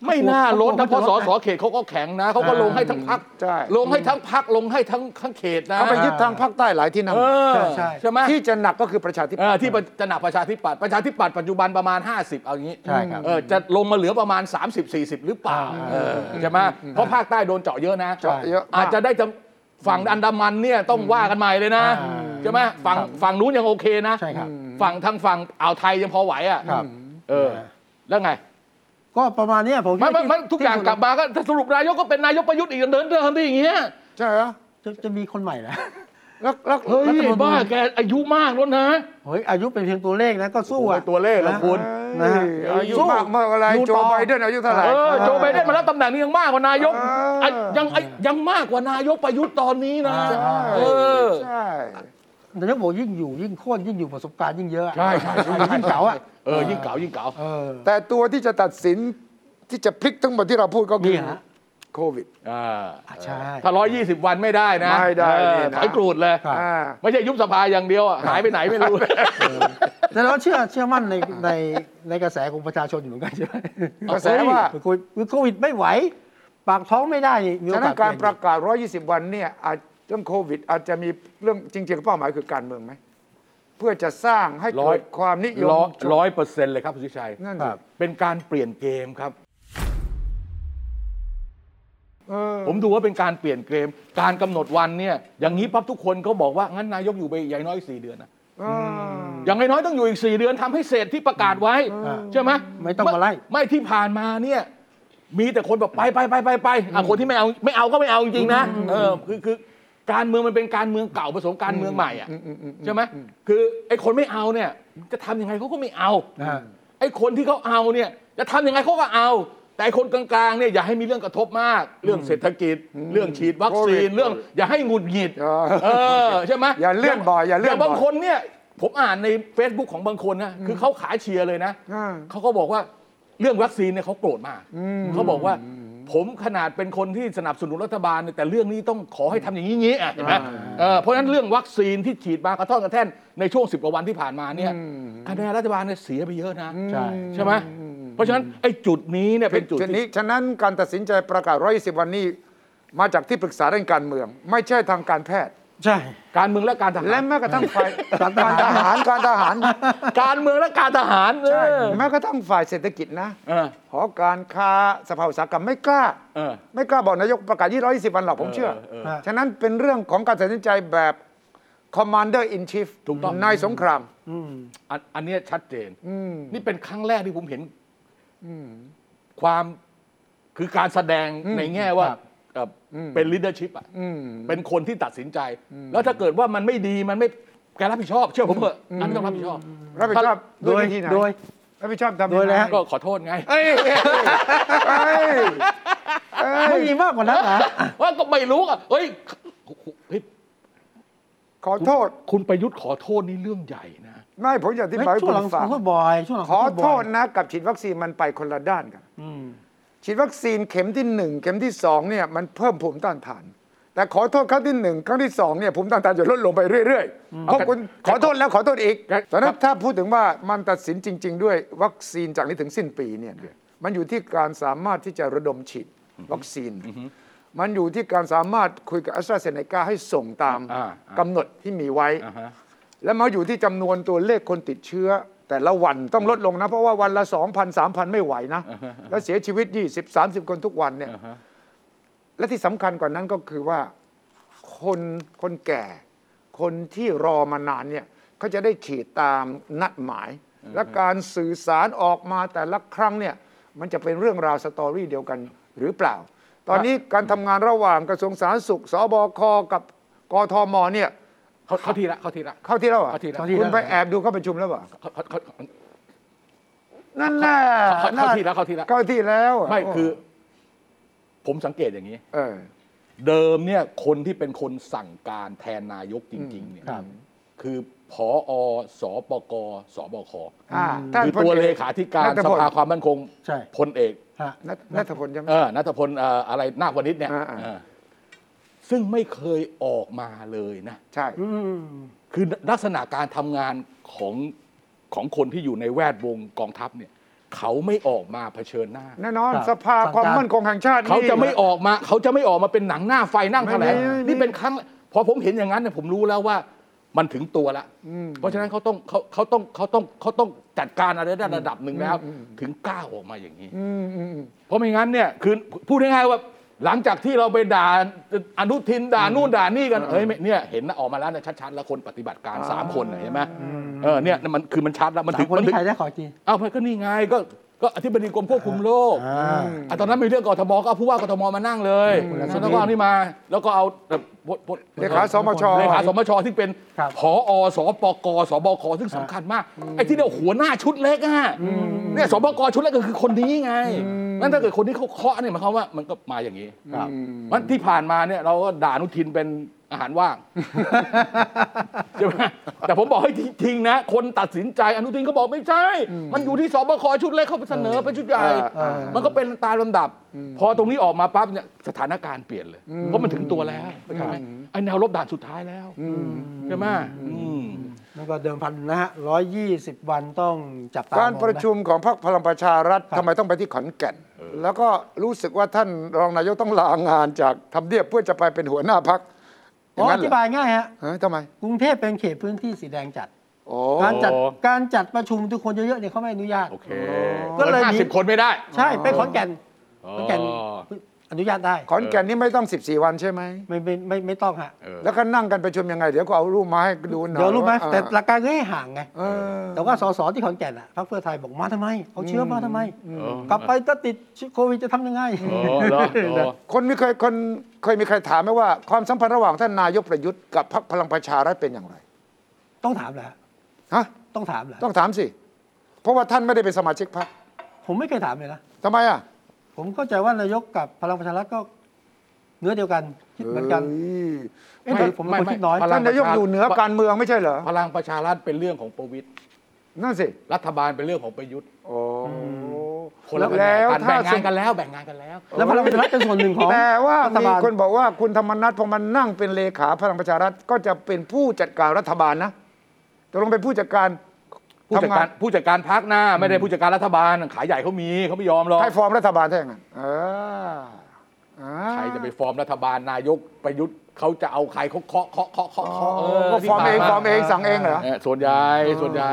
Speaker 2: ไม่น่าลดนะเพ
Speaker 1: เขา
Speaker 2: ราะ
Speaker 1: จะ
Speaker 2: ส
Speaker 1: ล
Speaker 2: อ
Speaker 1: ด
Speaker 2: สอเขตเขาก็แข็งนะเขาก็
Speaker 1: อ่า
Speaker 2: ลงให้ทั้งพัก
Speaker 3: ใช่
Speaker 2: ลงให้ทั้งพักลงให้ทั้งทั้งเขตนะ
Speaker 3: เขาไปยึดทางภาคใต้หลายที่นั่ง
Speaker 2: เออ
Speaker 1: ใช่ใช่
Speaker 2: ใช่ไหม
Speaker 3: ที่จะหนักก็คือประชาธิปั
Speaker 2: เอ
Speaker 3: ต
Speaker 2: อ
Speaker 3: ย์
Speaker 2: ที่จะหนักประชาธิปัตย์ประชาธิปัตย์ปัจจุบันประมาณ 50 เอาอย่างนี้
Speaker 1: ใช่ครับ
Speaker 2: เออจะลงมาเหลือประมาณ 30 40 หรือเปล่า
Speaker 1: อ่า
Speaker 2: เออใช่ไหมเพราะภาคใต้โดนเจาะเยอะนะ
Speaker 3: เจาะเยอะมาก
Speaker 2: อาจจะได้จำฝั่งอันดามันเนี่ยต้องว่ากันใหม่เลยนะ
Speaker 1: อ่า
Speaker 2: ใช่ไหมฝั่งฝั่งนู้นยังโอเคนะ
Speaker 1: ใช่ครับ
Speaker 2: ฝั่งทางฝั่งอ่าวไทยยังพอไหวอ่ะ
Speaker 1: ครับ
Speaker 2: เออ แล้วไง
Speaker 1: ก็ประมาณเนี้ยผม
Speaker 2: ไม่ไม่
Speaker 1: คิด
Speaker 2: ไม่ทุกอย่างกลับมาก็สรุปนายกก็เป็นนายกประยุทธ์อีกเดินเดินที่อย่างเงี้ย
Speaker 3: ใช่เหรอ
Speaker 1: จะจะมีคนใหม่นะ
Speaker 3: แล้วแล้ว
Speaker 2: เฮ้ย
Speaker 3: รัฐธรรมนูญ
Speaker 2: บ้าแกอายุมากแล้วนะ
Speaker 1: เฮ้ยอายุเป็นเพียงตัวเลขนะก็สู้อะ
Speaker 2: โอ้โหตัวเลขเหรอคุณ
Speaker 1: นะฮะ
Speaker 3: เอ้ยอายุมากเมื่ออะไร
Speaker 1: อยู่
Speaker 3: โจ
Speaker 1: ต่อ
Speaker 3: ไบเดนอายุเท่าไหร่
Speaker 2: เออโจไบเดนมารับตำแหน่งนี้ยังมากกว่านายก
Speaker 3: เออ
Speaker 2: ไอ้ยังไอ้ยังมากกว่านายกประยุทธ์ตอนนี้นะ
Speaker 1: ใช่
Speaker 2: เออ
Speaker 3: ใช่
Speaker 1: นายกบอกยิ่งอยู่ยิ่งโค่นยิ่งอยู่ประสบการณ์ยิ่งเยอะอะ
Speaker 2: ใช่ใช่ใช่
Speaker 1: อายุยิ่งเก่าอ่ะ
Speaker 2: เออยิ่งเก่ายิ่งเก่า
Speaker 1: เออ
Speaker 3: แต่ตัวที่จะตัดสินที่จะพลิกทั้งหมดที่เราพูดก็คื
Speaker 1: นี่
Speaker 3: อ
Speaker 1: ฮะ
Speaker 3: โควิด
Speaker 2: อ่า
Speaker 1: ใช่
Speaker 2: ถ้าร้อยยี่สิบวันไม่ได้นะ
Speaker 3: ไม่ได้
Speaker 2: เออ
Speaker 3: นี่นะ
Speaker 2: ถอยกรูดเลย
Speaker 1: ครับ
Speaker 3: อ่า
Speaker 2: ไม่ใช่ยุบสภาอย่างเดียวอะหายไปไหนไม่รู้
Speaker 1: แต่เราเชื่อเชื่อมั่นในในในกระแสของประชาชนอยู่เหมือนกันใช่ไหม
Speaker 3: กระแสว่า
Speaker 1: โควิดโควิดไม่ไหว ปากท้องไม่ได้นี่มีโอ
Speaker 3: ฉะ
Speaker 1: กาส
Speaker 3: นั้นการ
Speaker 1: เป
Speaker 3: ป
Speaker 1: ลี่ย
Speaker 3: ระ
Speaker 1: น
Speaker 3: กาศ 120 วันเนี่ยอาจเรื่องโควิด อาจจะมีเรื่องจริง ๆ เป้าหมายคือการเมืองไหม เพื่อจะสร้างให้
Speaker 2: ร้อ
Speaker 3: เกิ
Speaker 2: ย
Speaker 3: ดความนิ ยม
Speaker 2: ร้อยร้อยเปอร์เซ็นต์เลยครับคุณสุชัย
Speaker 3: นั่น
Speaker 1: ค
Speaker 3: สิ
Speaker 1: รับ
Speaker 2: เป็นการเปลี่ยนเกมครับ
Speaker 3: เออ
Speaker 2: ผมดูว่าเป็นการเปลี่ยนเกม การกำหนดวันเนี่ยอย่างนี้ปั๊บทุกคนเขาบอกว่างั้นนายกอยู่ไปอย่างน้อยสี่เดือนนะอย่างน้อยๆต้องอยู่อีกสี่เดือนทำให้เสร็จที่ประกาศไว้ใช่ไหม
Speaker 1: ไม่ต้องมาไล่
Speaker 2: ไม่ที่ผ่านมาเนี่ย มีแต่คนแบบไปไปไปไปไปอ่ะคนที่ไม่เอาไม่เอาก็ไม่เอาจริงๆนะเออคือคือการเมืองมันเป็นการเมืองเก่าผสมการเมืองใหม่อ่ะใช่ไหมคือไอ้คนไม่เอาเนี่ย จะทำยังไงเขาก็ไม่เอา
Speaker 1: นะฮะ
Speaker 2: ไอ้คนที่เขาเอาเนี่ยจะทำยังไงเขาก็เอา แต่ไอ้คนกลางๆเนี่ยอย่าให้มีเรื่องกระทบมาก เรื่องเศรษฐกิจ เรื่องฉีดวัคซีน
Speaker 3: โควิด
Speaker 2: เรื่องอย่าให้หงุดหงิด
Speaker 3: อ่า
Speaker 2: เออใช่ไหม
Speaker 3: อย่าเลื่อนบ่อยอย่าเลื่อนบ่อย
Speaker 2: บางคนเนี่ยผมอ่านใน Facebook ของบางคนนะคือเขาขาเชียร์เลยนะ
Speaker 3: อ่า
Speaker 2: เขาก็บอกว่าเรื่องวัคซีนเนี่ยเขาโกรธมากเขาบอกว่า ผมขนาดเป็นคนที่สนับสนุนรัฐบาลเนี่ยแต่เรื่องนี้ต้องขอให้ทำอย่างนี้นี้อ่ะเห็นไหมเออเพราะฉะนั้นเรื่องวัคซีนที่ฉีดมากระท่อนกระแท่นในช่วงสิบกว่าวันที่ผ่านมาเนี่ยคะแนนรัฐบาลเนี่ยเสียไปเยอะนะ
Speaker 1: ใช่
Speaker 2: ใช่ไหมเพราะฉะนั้นไอ้จุดนี้เนี่ยเป็นจุด
Speaker 3: ฉะ
Speaker 2: ที่
Speaker 3: นี้ฉะนั้นการตัดสินใจประกาศ 120 วันนี้มาจากที่ปรึกษาด้านการเมือง ไม่ใช่ทางการแพทย์
Speaker 1: ใช่
Speaker 2: การเมืองและการทหาร
Speaker 3: และแม้กระทั่งฝ่ายการทหารการทหาร
Speaker 2: การเมืองและการทหาร
Speaker 3: ใช่
Speaker 2: เออ
Speaker 3: แม้กระทั่งฝ่ายเศรษฐกิจนะ
Speaker 2: เออ
Speaker 3: หอการค้าสภาอุตสาหกรรมไม่กล้า
Speaker 2: เออ
Speaker 3: ไม่กล้าบอกนายกประกาศยี่ร้อยสิบวันหรอกผมเชื่อ
Speaker 2: เออ
Speaker 1: เออ
Speaker 3: ฉะนั้นเป็นเรื่องของการตัดสินใจแบบ commander in chief
Speaker 2: ถูกต้อง
Speaker 3: นายสงคราม
Speaker 2: อันอันเนี้ยชัดเจน
Speaker 3: อืม
Speaker 2: นี่เป็นครั้งแรกที่ผมเห็นความคือการแสดงในแง่ว่าเอ่ออเป็นลีดเดอร์ชิพอ่ะเป็นคนที่ตัดสินใจ แล้วถ้าเกิดว่ามันไม่ดีมันไม่แกรับผิดชอบ เชื่อผมเถอะอันนี้ต้องรับผิดชอบ
Speaker 3: รับผิดชอบ
Speaker 1: โด
Speaker 3: ด้วย
Speaker 1: ย
Speaker 3: วิธีไหน
Speaker 1: โดย
Speaker 3: รับผิดชอบทำ
Speaker 1: โดยอะไรฮะ
Speaker 2: ก็ขอโทษไง
Speaker 3: เอ้ยเอ้ยเอ้ยเอ้
Speaker 1: ไม่
Speaker 3: ย
Speaker 1: มีมากกว่านั้นนะ
Speaker 2: ว่าก็ไม่รู้อ่ะเฮ้ยเฮ้ย
Speaker 3: ขอโทษ
Speaker 2: คุณประยุทธ์ขอโทษนี่เรื่องใหญ่นะ
Speaker 3: ไม่ผมอยากที่บายให้
Speaker 1: ช่ว
Speaker 3: คุ
Speaker 1: งหลัง
Speaker 3: ณฟัง
Speaker 1: พูดบ่อยช่วงหลัง
Speaker 3: ขอโทษ
Speaker 1: พูดบ่ย
Speaker 3: นะกับฉีดวัคซีนมันไปคนละด้านกันฉีดวัคซีนเข็มที่หนึ่งเข็มที่สองเนี่ยมันเพิ่มภูมิต้านทาน แต่ขอโทษครั้งที่หนึ่งครั้งที่สองเนี่ยภูมิต้านทานจะลดลงไปเรื่อยๆเพราะคุณขอโทษแล้วขอโทษอีก
Speaker 2: ครับ
Speaker 3: ฉะนั้นถ้าพูดถึงว่ามันตัดสินจริง ๆ ด้วยวัคซีนจากนี้ถึงสิ้นปีเนี่ยนะมันอยู่ที่การสามารถที่จะระดมฉีดวัคซีน มันอยู่ที่การสามารถคุยกับอัสตราเซเนกาให้ส่งตาม
Speaker 2: อ่าอ่าก
Speaker 3: กำหนดที่มีไว้
Speaker 2: อ่าฮะ
Speaker 3: แล้วมาอยู่ที่จำนวนตัวเลขคนติดเชื้อ แต่ละวันต้องลดลงนะ เพราะว่าวันละ 2,000 3,000 ไม่ไหวนะ แล้วเสียชีวิต 20 30 คนทุกวันเนี่ยและที่สำคัญกว่านั้นก็คือว่าคนคนแก่ คนที่รอมานานเนี่ยเขาจะได้ฉีดตามนัดหมาย และการสื่อสารออกมาแต่ละครั้งเนี่ยมันจะเป็นเรื่องราวสตอรี่เดียวกันหรือเปล่า ตอนนี้การทำงานระหว่างกระทรวงสาธารณสุขสบคกับกทมเนี่ย
Speaker 2: เขาเขาทีละเขาทีละ
Speaker 3: เข้าที่แล้วเหรอ่ะ
Speaker 2: เข้าที่แล้ว
Speaker 3: คุณไปแอบดูเข้าประชุมแล้วเหรอ
Speaker 2: เขาเขาเขาเขา
Speaker 3: นั่นแหละ
Speaker 2: เขาเขาทีละเขาทีละ
Speaker 3: เข้าที่แล้วะ
Speaker 2: ไม่คือ
Speaker 3: โ
Speaker 2: ผมสังเกตอย่างนี้
Speaker 3: เออ
Speaker 2: เดิมเนี่ยคนที่เป็นคนสั่งการแทนนายกจริง ๆ เนี่ย
Speaker 1: ครับ
Speaker 2: คือผอสปกสบค
Speaker 3: อ่าท่าน
Speaker 2: คือ
Speaker 3: พล
Speaker 2: ตัว
Speaker 3: เอก
Speaker 2: เลขาธิการ
Speaker 3: นัท
Speaker 2: ส
Speaker 3: พล
Speaker 2: ภาความมั่นคง
Speaker 1: ใช่
Speaker 2: พลเอก
Speaker 1: ฮะ
Speaker 3: นัทนัทพลใช่ไหม
Speaker 2: เออนัทพลเอ่ออะไรนาควนิชเนี่ย
Speaker 3: อ่าอ่า
Speaker 2: เออซึ่งไม่เคยออกมาเลยนะ
Speaker 3: ใช่
Speaker 1: อืม
Speaker 2: คือลักษณะการทำงานของของคนที่อยู่ในแวดวงกองทัพเนี่ย เขาไม่ออกมาเผชิญหน้า
Speaker 3: แน่นอน
Speaker 1: ครับ
Speaker 3: สภา
Speaker 1: สั่งการ
Speaker 3: ความมั่นคงแห่งชาตินี่
Speaker 2: เขาจะไม่ออกมา เขาจะไม่ออกมาเป็นหนังหน้าไฟนั่งแถลง
Speaker 3: ไม่ไม่ไม่
Speaker 2: นี่เป็นครั้งพอผมเห็นอย่างนั้นเนี่ยผมรู้แล้วว่ามันถึงตัวละเพราะฉะนั้นเขาต้องเขาเขาต้องเขาต้องเขาต้องจัดการอะไรได้ระดับหนึ่งแล้ว ถึงกล้าออกมาอย่างนี้
Speaker 3: อืมอืมอืม
Speaker 2: เพราะไม่งั้นเนี่ยคือพูดง่ายๆว่า หลังจากที่เราไปด่าอนุทินด่านู่นด่านี่กันเอ้ยไม่เนี่ยเห็นนะออกมาแล้วนะชัดๆแล้วคนปฏิบัติการสามคนน่ะเห็นไหมเออเนี่ยมันคือมันชัดแล้วมัน
Speaker 1: สา
Speaker 2: ถึ
Speaker 1: ม
Speaker 2: ง
Speaker 1: คน
Speaker 2: มันถึ
Speaker 1: ที่
Speaker 2: ง
Speaker 1: ใครได้ขอจี
Speaker 2: เอ้ามันก็นี่ไงก็ก็อธิบดีกรมควบคุมโรค
Speaker 1: อ่า
Speaker 2: อ่ะตอนนั้นมีเรื่องกทมก็เอาผู้ว่ากทมมานั่งเลย
Speaker 1: อืม
Speaker 2: แล้วก็เอานี่มา แล้วก็เอาเอ่อพพ
Speaker 3: เลขาสมช
Speaker 2: เลขาสมชที่เป็น
Speaker 1: ครับ
Speaker 2: ผอสปกสบคซึ่งสำคัญมากไอ้ที่เรียกว่าหัวหน้าชุดเล็กอ่ะเนี่ยสบกชุดเล็กก็คือคนนี้ไงนั่นถ้าเกิดคนที่เขาเคาะเนี่ยหมายความว่ามันก็มาอย่างนี้
Speaker 1: ครับ
Speaker 2: วันที่ผ่านมาเนี่ยเราก็ด่าอนุทินเป็นอาหารว่างใช่ไหมแต่ผมบอกให้จริงๆนะ คนตัดสินใจอนุทินก็บอกไม่ใช่ มันอยู่ที่สบคชุดเล็กเขาเสนอเป็นชุดใหญ่
Speaker 3: อ่า
Speaker 2: มันก็เป็นตามลำดับ พอตรงนี้ออกมาปั๊บเนี่ยสถานการณ์เปลี่ยนเลย เพราะมันถึงตัวแล้วใช่ไหมไอ้แนวรบด่านสุดท้ายแล้วใช่ไหมอืม
Speaker 1: แล้วก็เดิมพันนะฮะร้อยยี่สิบวันต้องจับตามอง
Speaker 3: การ
Speaker 1: น
Speaker 3: ประชุมของพรรคพลังประชารัฐ
Speaker 1: ครับ
Speaker 3: ทำไมต้องไปที่ขอนแก่น แล้วก็รู้สึกว่าท่านรองนายกต้องลางานจากทำเนียบเพื่อจะไปเป็นหัวหน้าพรรคอ
Speaker 1: อ๋อ
Speaker 3: ย่า
Speaker 1: ง อ
Speaker 3: นั้นเหรอบ
Speaker 1: ธิายง่ายฮะ
Speaker 3: เฮ้ยทำไม
Speaker 1: กรุงเทพเป็นเขตพื้นที่สีแดงจัด
Speaker 3: โอ้
Speaker 1: การจัด
Speaker 2: โอ้
Speaker 1: การจัดประชุมทุกคนเยอะๆเนี่ยเขาไม่อนุญาต
Speaker 2: โอเค
Speaker 1: ก็เลยมี
Speaker 2: ห้าสิบคนไม่ได้
Speaker 1: ใช่ไปขอนแก่นขอนแก่น
Speaker 2: อ๋อ
Speaker 1: อนุญาตได้
Speaker 3: ขอนแก่นนี่ไม่ต้อง 14 วันใช่ไหม
Speaker 1: ไม่ไม่ไม่ไม่ต้องฮะ
Speaker 2: เออ
Speaker 3: แล้วก็นั่งกันประชุมยังไง เดี๋ยวก็เอารูปมาให้ดูหน่อย
Speaker 1: เดี๋ยวรู้ไหม
Speaker 3: า
Speaker 1: แต่หลักการคือให้ห่างไง
Speaker 3: เออ
Speaker 1: แต่ว่าสสที่ขอนแก่นอ่ะพรรคเพื่อไทยบอกมาทำไม เอาเชื้อมาทำไม
Speaker 2: เออก
Speaker 1: ลับไปถ้าติดโควิดจะทำยังไง
Speaker 2: เออเหรอเออ
Speaker 3: คนมีเคยคนเคยมีใครถามไหมว่าความสัมพันธ์ระหว่างท่านนายกประยุทธ์กับพรรคพลังประชารัฐเป็นอย่างไร
Speaker 1: ต้องถามเหรอฮะ
Speaker 3: ฮะ
Speaker 1: ต้องถามเหรอ
Speaker 3: ต้องถามสิ เพราะว่าท่านไม่ได้เป็นสมาชิกพรรค
Speaker 1: ผมไม่เคยถามเลยนะ
Speaker 3: ทำไมอ่ะ
Speaker 1: ผมเข้าใจว่านายกกับพลังประชารัฐก็เนื้อเดียวกันคิดเหมือนกันเอ๊ะ
Speaker 2: ไม่
Speaker 1: แต่ผมเป็นคน
Speaker 2: ไม่
Speaker 1: คิดน้อย
Speaker 2: พ
Speaker 3: เฮ้ย
Speaker 2: ลั
Speaker 3: ท่าง นนายกอยู่เหนือการเมืองไม่ใช่เหรอ
Speaker 2: พลังประชารัฐเป็นเรื่องของประวิตย
Speaker 3: นั่นสิ
Speaker 2: รัฐบาลเป็นเรื่องของประยุทธ์
Speaker 3: โอ้
Speaker 2: คนละ
Speaker 3: แล้ว
Speaker 2: กัน
Speaker 3: ถ้า
Speaker 2: แบ่งงา
Speaker 3: ส
Speaker 2: น
Speaker 3: ม
Speaker 2: กันแล้วแบ่งงานกันแล้ว
Speaker 1: แล้วพลังประชารัฐเป็นส่วนหนึ่งของ
Speaker 3: แต่ว่า
Speaker 1: รัฐ
Speaker 3: มี
Speaker 1: บาล
Speaker 3: คนบอกว่าคุณธรรมนัฐพอมันนั่งเป็นเลขาพลังประชารัฐก็จะเป็นผู้จัดการรัฐบาลนะตกลงเป็นผู้จัดการ
Speaker 2: ผู้จัด
Speaker 3: ทำง
Speaker 2: การผู้จัดการพักหน้าไม่ได้ผู้จัดการรัฐบาลขายใหญ่เขามีเขาไม่ยอมหรอก
Speaker 3: ให้ฟอร์มรัฐบาลได้ยังไงเอออ่า
Speaker 2: ใครจะไปฟอร์มรัฐบาลนายกประยุทธ์เขาจะเอาใครเขาเคาะเคาะเคาะเคาะเคาะเ
Speaker 3: ก็ฟอร์มเองฟอร์มเองสั่งเองเหรอ
Speaker 2: เออส่วนใหญ่ส่วนใหญ่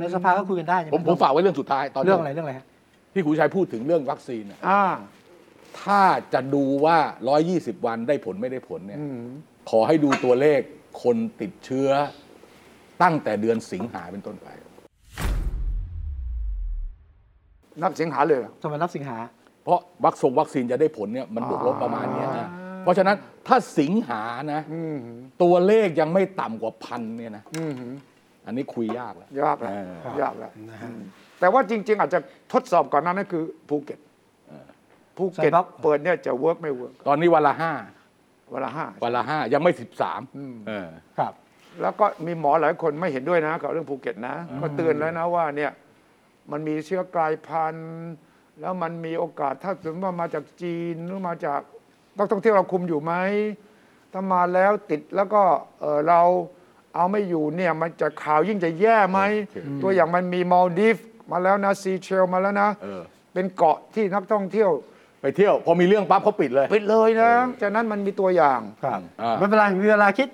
Speaker 1: ในสภาก็คุยกันได้ใช่ไห
Speaker 2: ผมผมฝากไว้เรื่องสุดท้ายตอน
Speaker 1: เรื่องอะไรเรื่องอะไรฮะ
Speaker 2: ที่คุณชัยพูดถึงเรื่องวัคซีนน่ะ
Speaker 3: อ่า
Speaker 2: ถ้าจะดูว่า 120 วันได้ผลไม่ได้ผลเนี่ยขอให้ดูตัวเลขคนติดเชื้อ ตั้งแต่เดือนสิงหาเป็นต้นไป
Speaker 3: นับเสียงหาเลยเหรอ
Speaker 1: สมัยรับสิงหา
Speaker 2: เพราะวัคซงวัคซีนจะได้ผลเนี่ยมันบวกลบประมาณเนี้ยนะเพราะฉะนั้นถ้าสิงหานะตัวเลขยังไม่ต่ำกว่าพันเนี่ยนะอันนี้คุยยากแล้ว
Speaker 3: ยากแล้ว
Speaker 2: เออ
Speaker 3: ยากแล้วแต่ว่าจริง ๆ อาจจะทดสอบก่อนหนั้นนั่นคือภูเก็ตภูเก็ต
Speaker 1: ใส่บล็อก
Speaker 3: เปิดเนี่ยจะเวิร์กไม่เวิร์ก
Speaker 2: ตอนนี้วันละห้า
Speaker 3: เวลาห้า
Speaker 2: วันละห้ายังไม่สิบสาม
Speaker 1: ครับ
Speaker 3: แล้วก็มีหมอหลายคนไม่เห็นด้วยนะ กับเรื่องภูเก็ตนะ ก็เตือนแล้วนะว่าเนี่ยมันมีเชื้อกลายพันธุ์ แล้วมันมีโอกาสถ้าสมมติว่ามาจากจีนหรือมาจากนักท่องเที่ยวเราคุมอยู่ไหมถ้ามาแล้วติดแล้วก็เอ่อเราเอาไม่อยู่เนี่ยมันจะข่าวยิ่งจะแย่ไหมตัวอย่างมันมีมาดิฟมาแล้วนะซีเชลมาแล้วนะ เป็นเกาะที่นักท่องเที่ยว
Speaker 2: ไปเที่ยวพอมีเรื่องปั๊บเขาปิดเลย
Speaker 3: ปิดเลยนะ จากนั้นมันมีตัวอย่าง
Speaker 1: ครับ
Speaker 2: อ่า
Speaker 1: ไม่เป็นไรมีเวลาคิด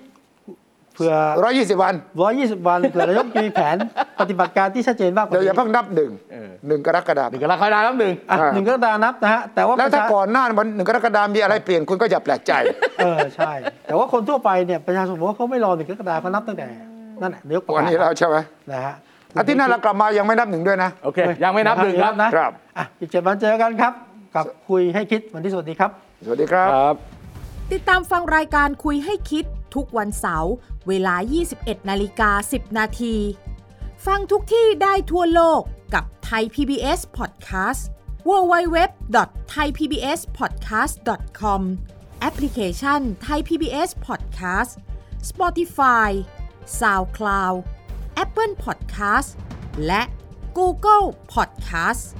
Speaker 1: เผื่อ
Speaker 3: 120 วัน
Speaker 1: ร้อยยี่สิบวันเผื่อนายกมีแผ น ปฏิบัติการที่ชัดเจนมากกว่า
Speaker 3: เดี๋ยวอย่า
Speaker 1: นี้
Speaker 3: เพิ่งนับหนึ่ง
Speaker 2: เออ
Speaker 3: หนึ่งกรกฎาค
Speaker 2: หนึ่
Speaker 3: ม
Speaker 2: งกันละคอยดาน้ำหนึ่ง
Speaker 1: อ่ะหนึ่งกรกฎานับนะฮะแต่ว่า
Speaker 3: แล้ว
Speaker 1: ป
Speaker 3: ถ้า
Speaker 1: ระชา
Speaker 3: ก่อนหน้าวันหนึ่งกรกฎาคมมีอะไรเปลี่ยนคุณก็อย่าแปลกใจ
Speaker 1: เออใช่ แต่ว่าคนทั่วไปเนี่ยประชาชนบอกว่าเขาไม่รอหนึ่งกรกฎาเขานับตั้งแต่นั่นแหละนายกประกาศ
Speaker 3: วันนี้แล้วใช่ไหม
Speaker 1: นะฮะ
Speaker 3: อาทิตย์หน้าเรากลับมายังไม่นับหนึ่งด้วยนะ
Speaker 2: โอเค ยังไม่นับหนึ่งครับ
Speaker 1: นะครับ อ่ะอีกเจ็ดวันเจอกันครับ กับคุยให้คิดวันที่สวัสดีครับ
Speaker 3: สวัสดีครับ
Speaker 2: ครับ
Speaker 6: ติดตามฟังรายการคุยให้คิดทุกวันเสาร์เวลา 21 นาฬิกา 10 นาที ฟังทุกที่ได้ทั่วโลกกับ t h a i PBS Podcast www.thaipbspodcast.com แอปพลิเคชัน Thai PBS Podcast Spotify SoundCloud Apple Podcast และ Google Podcast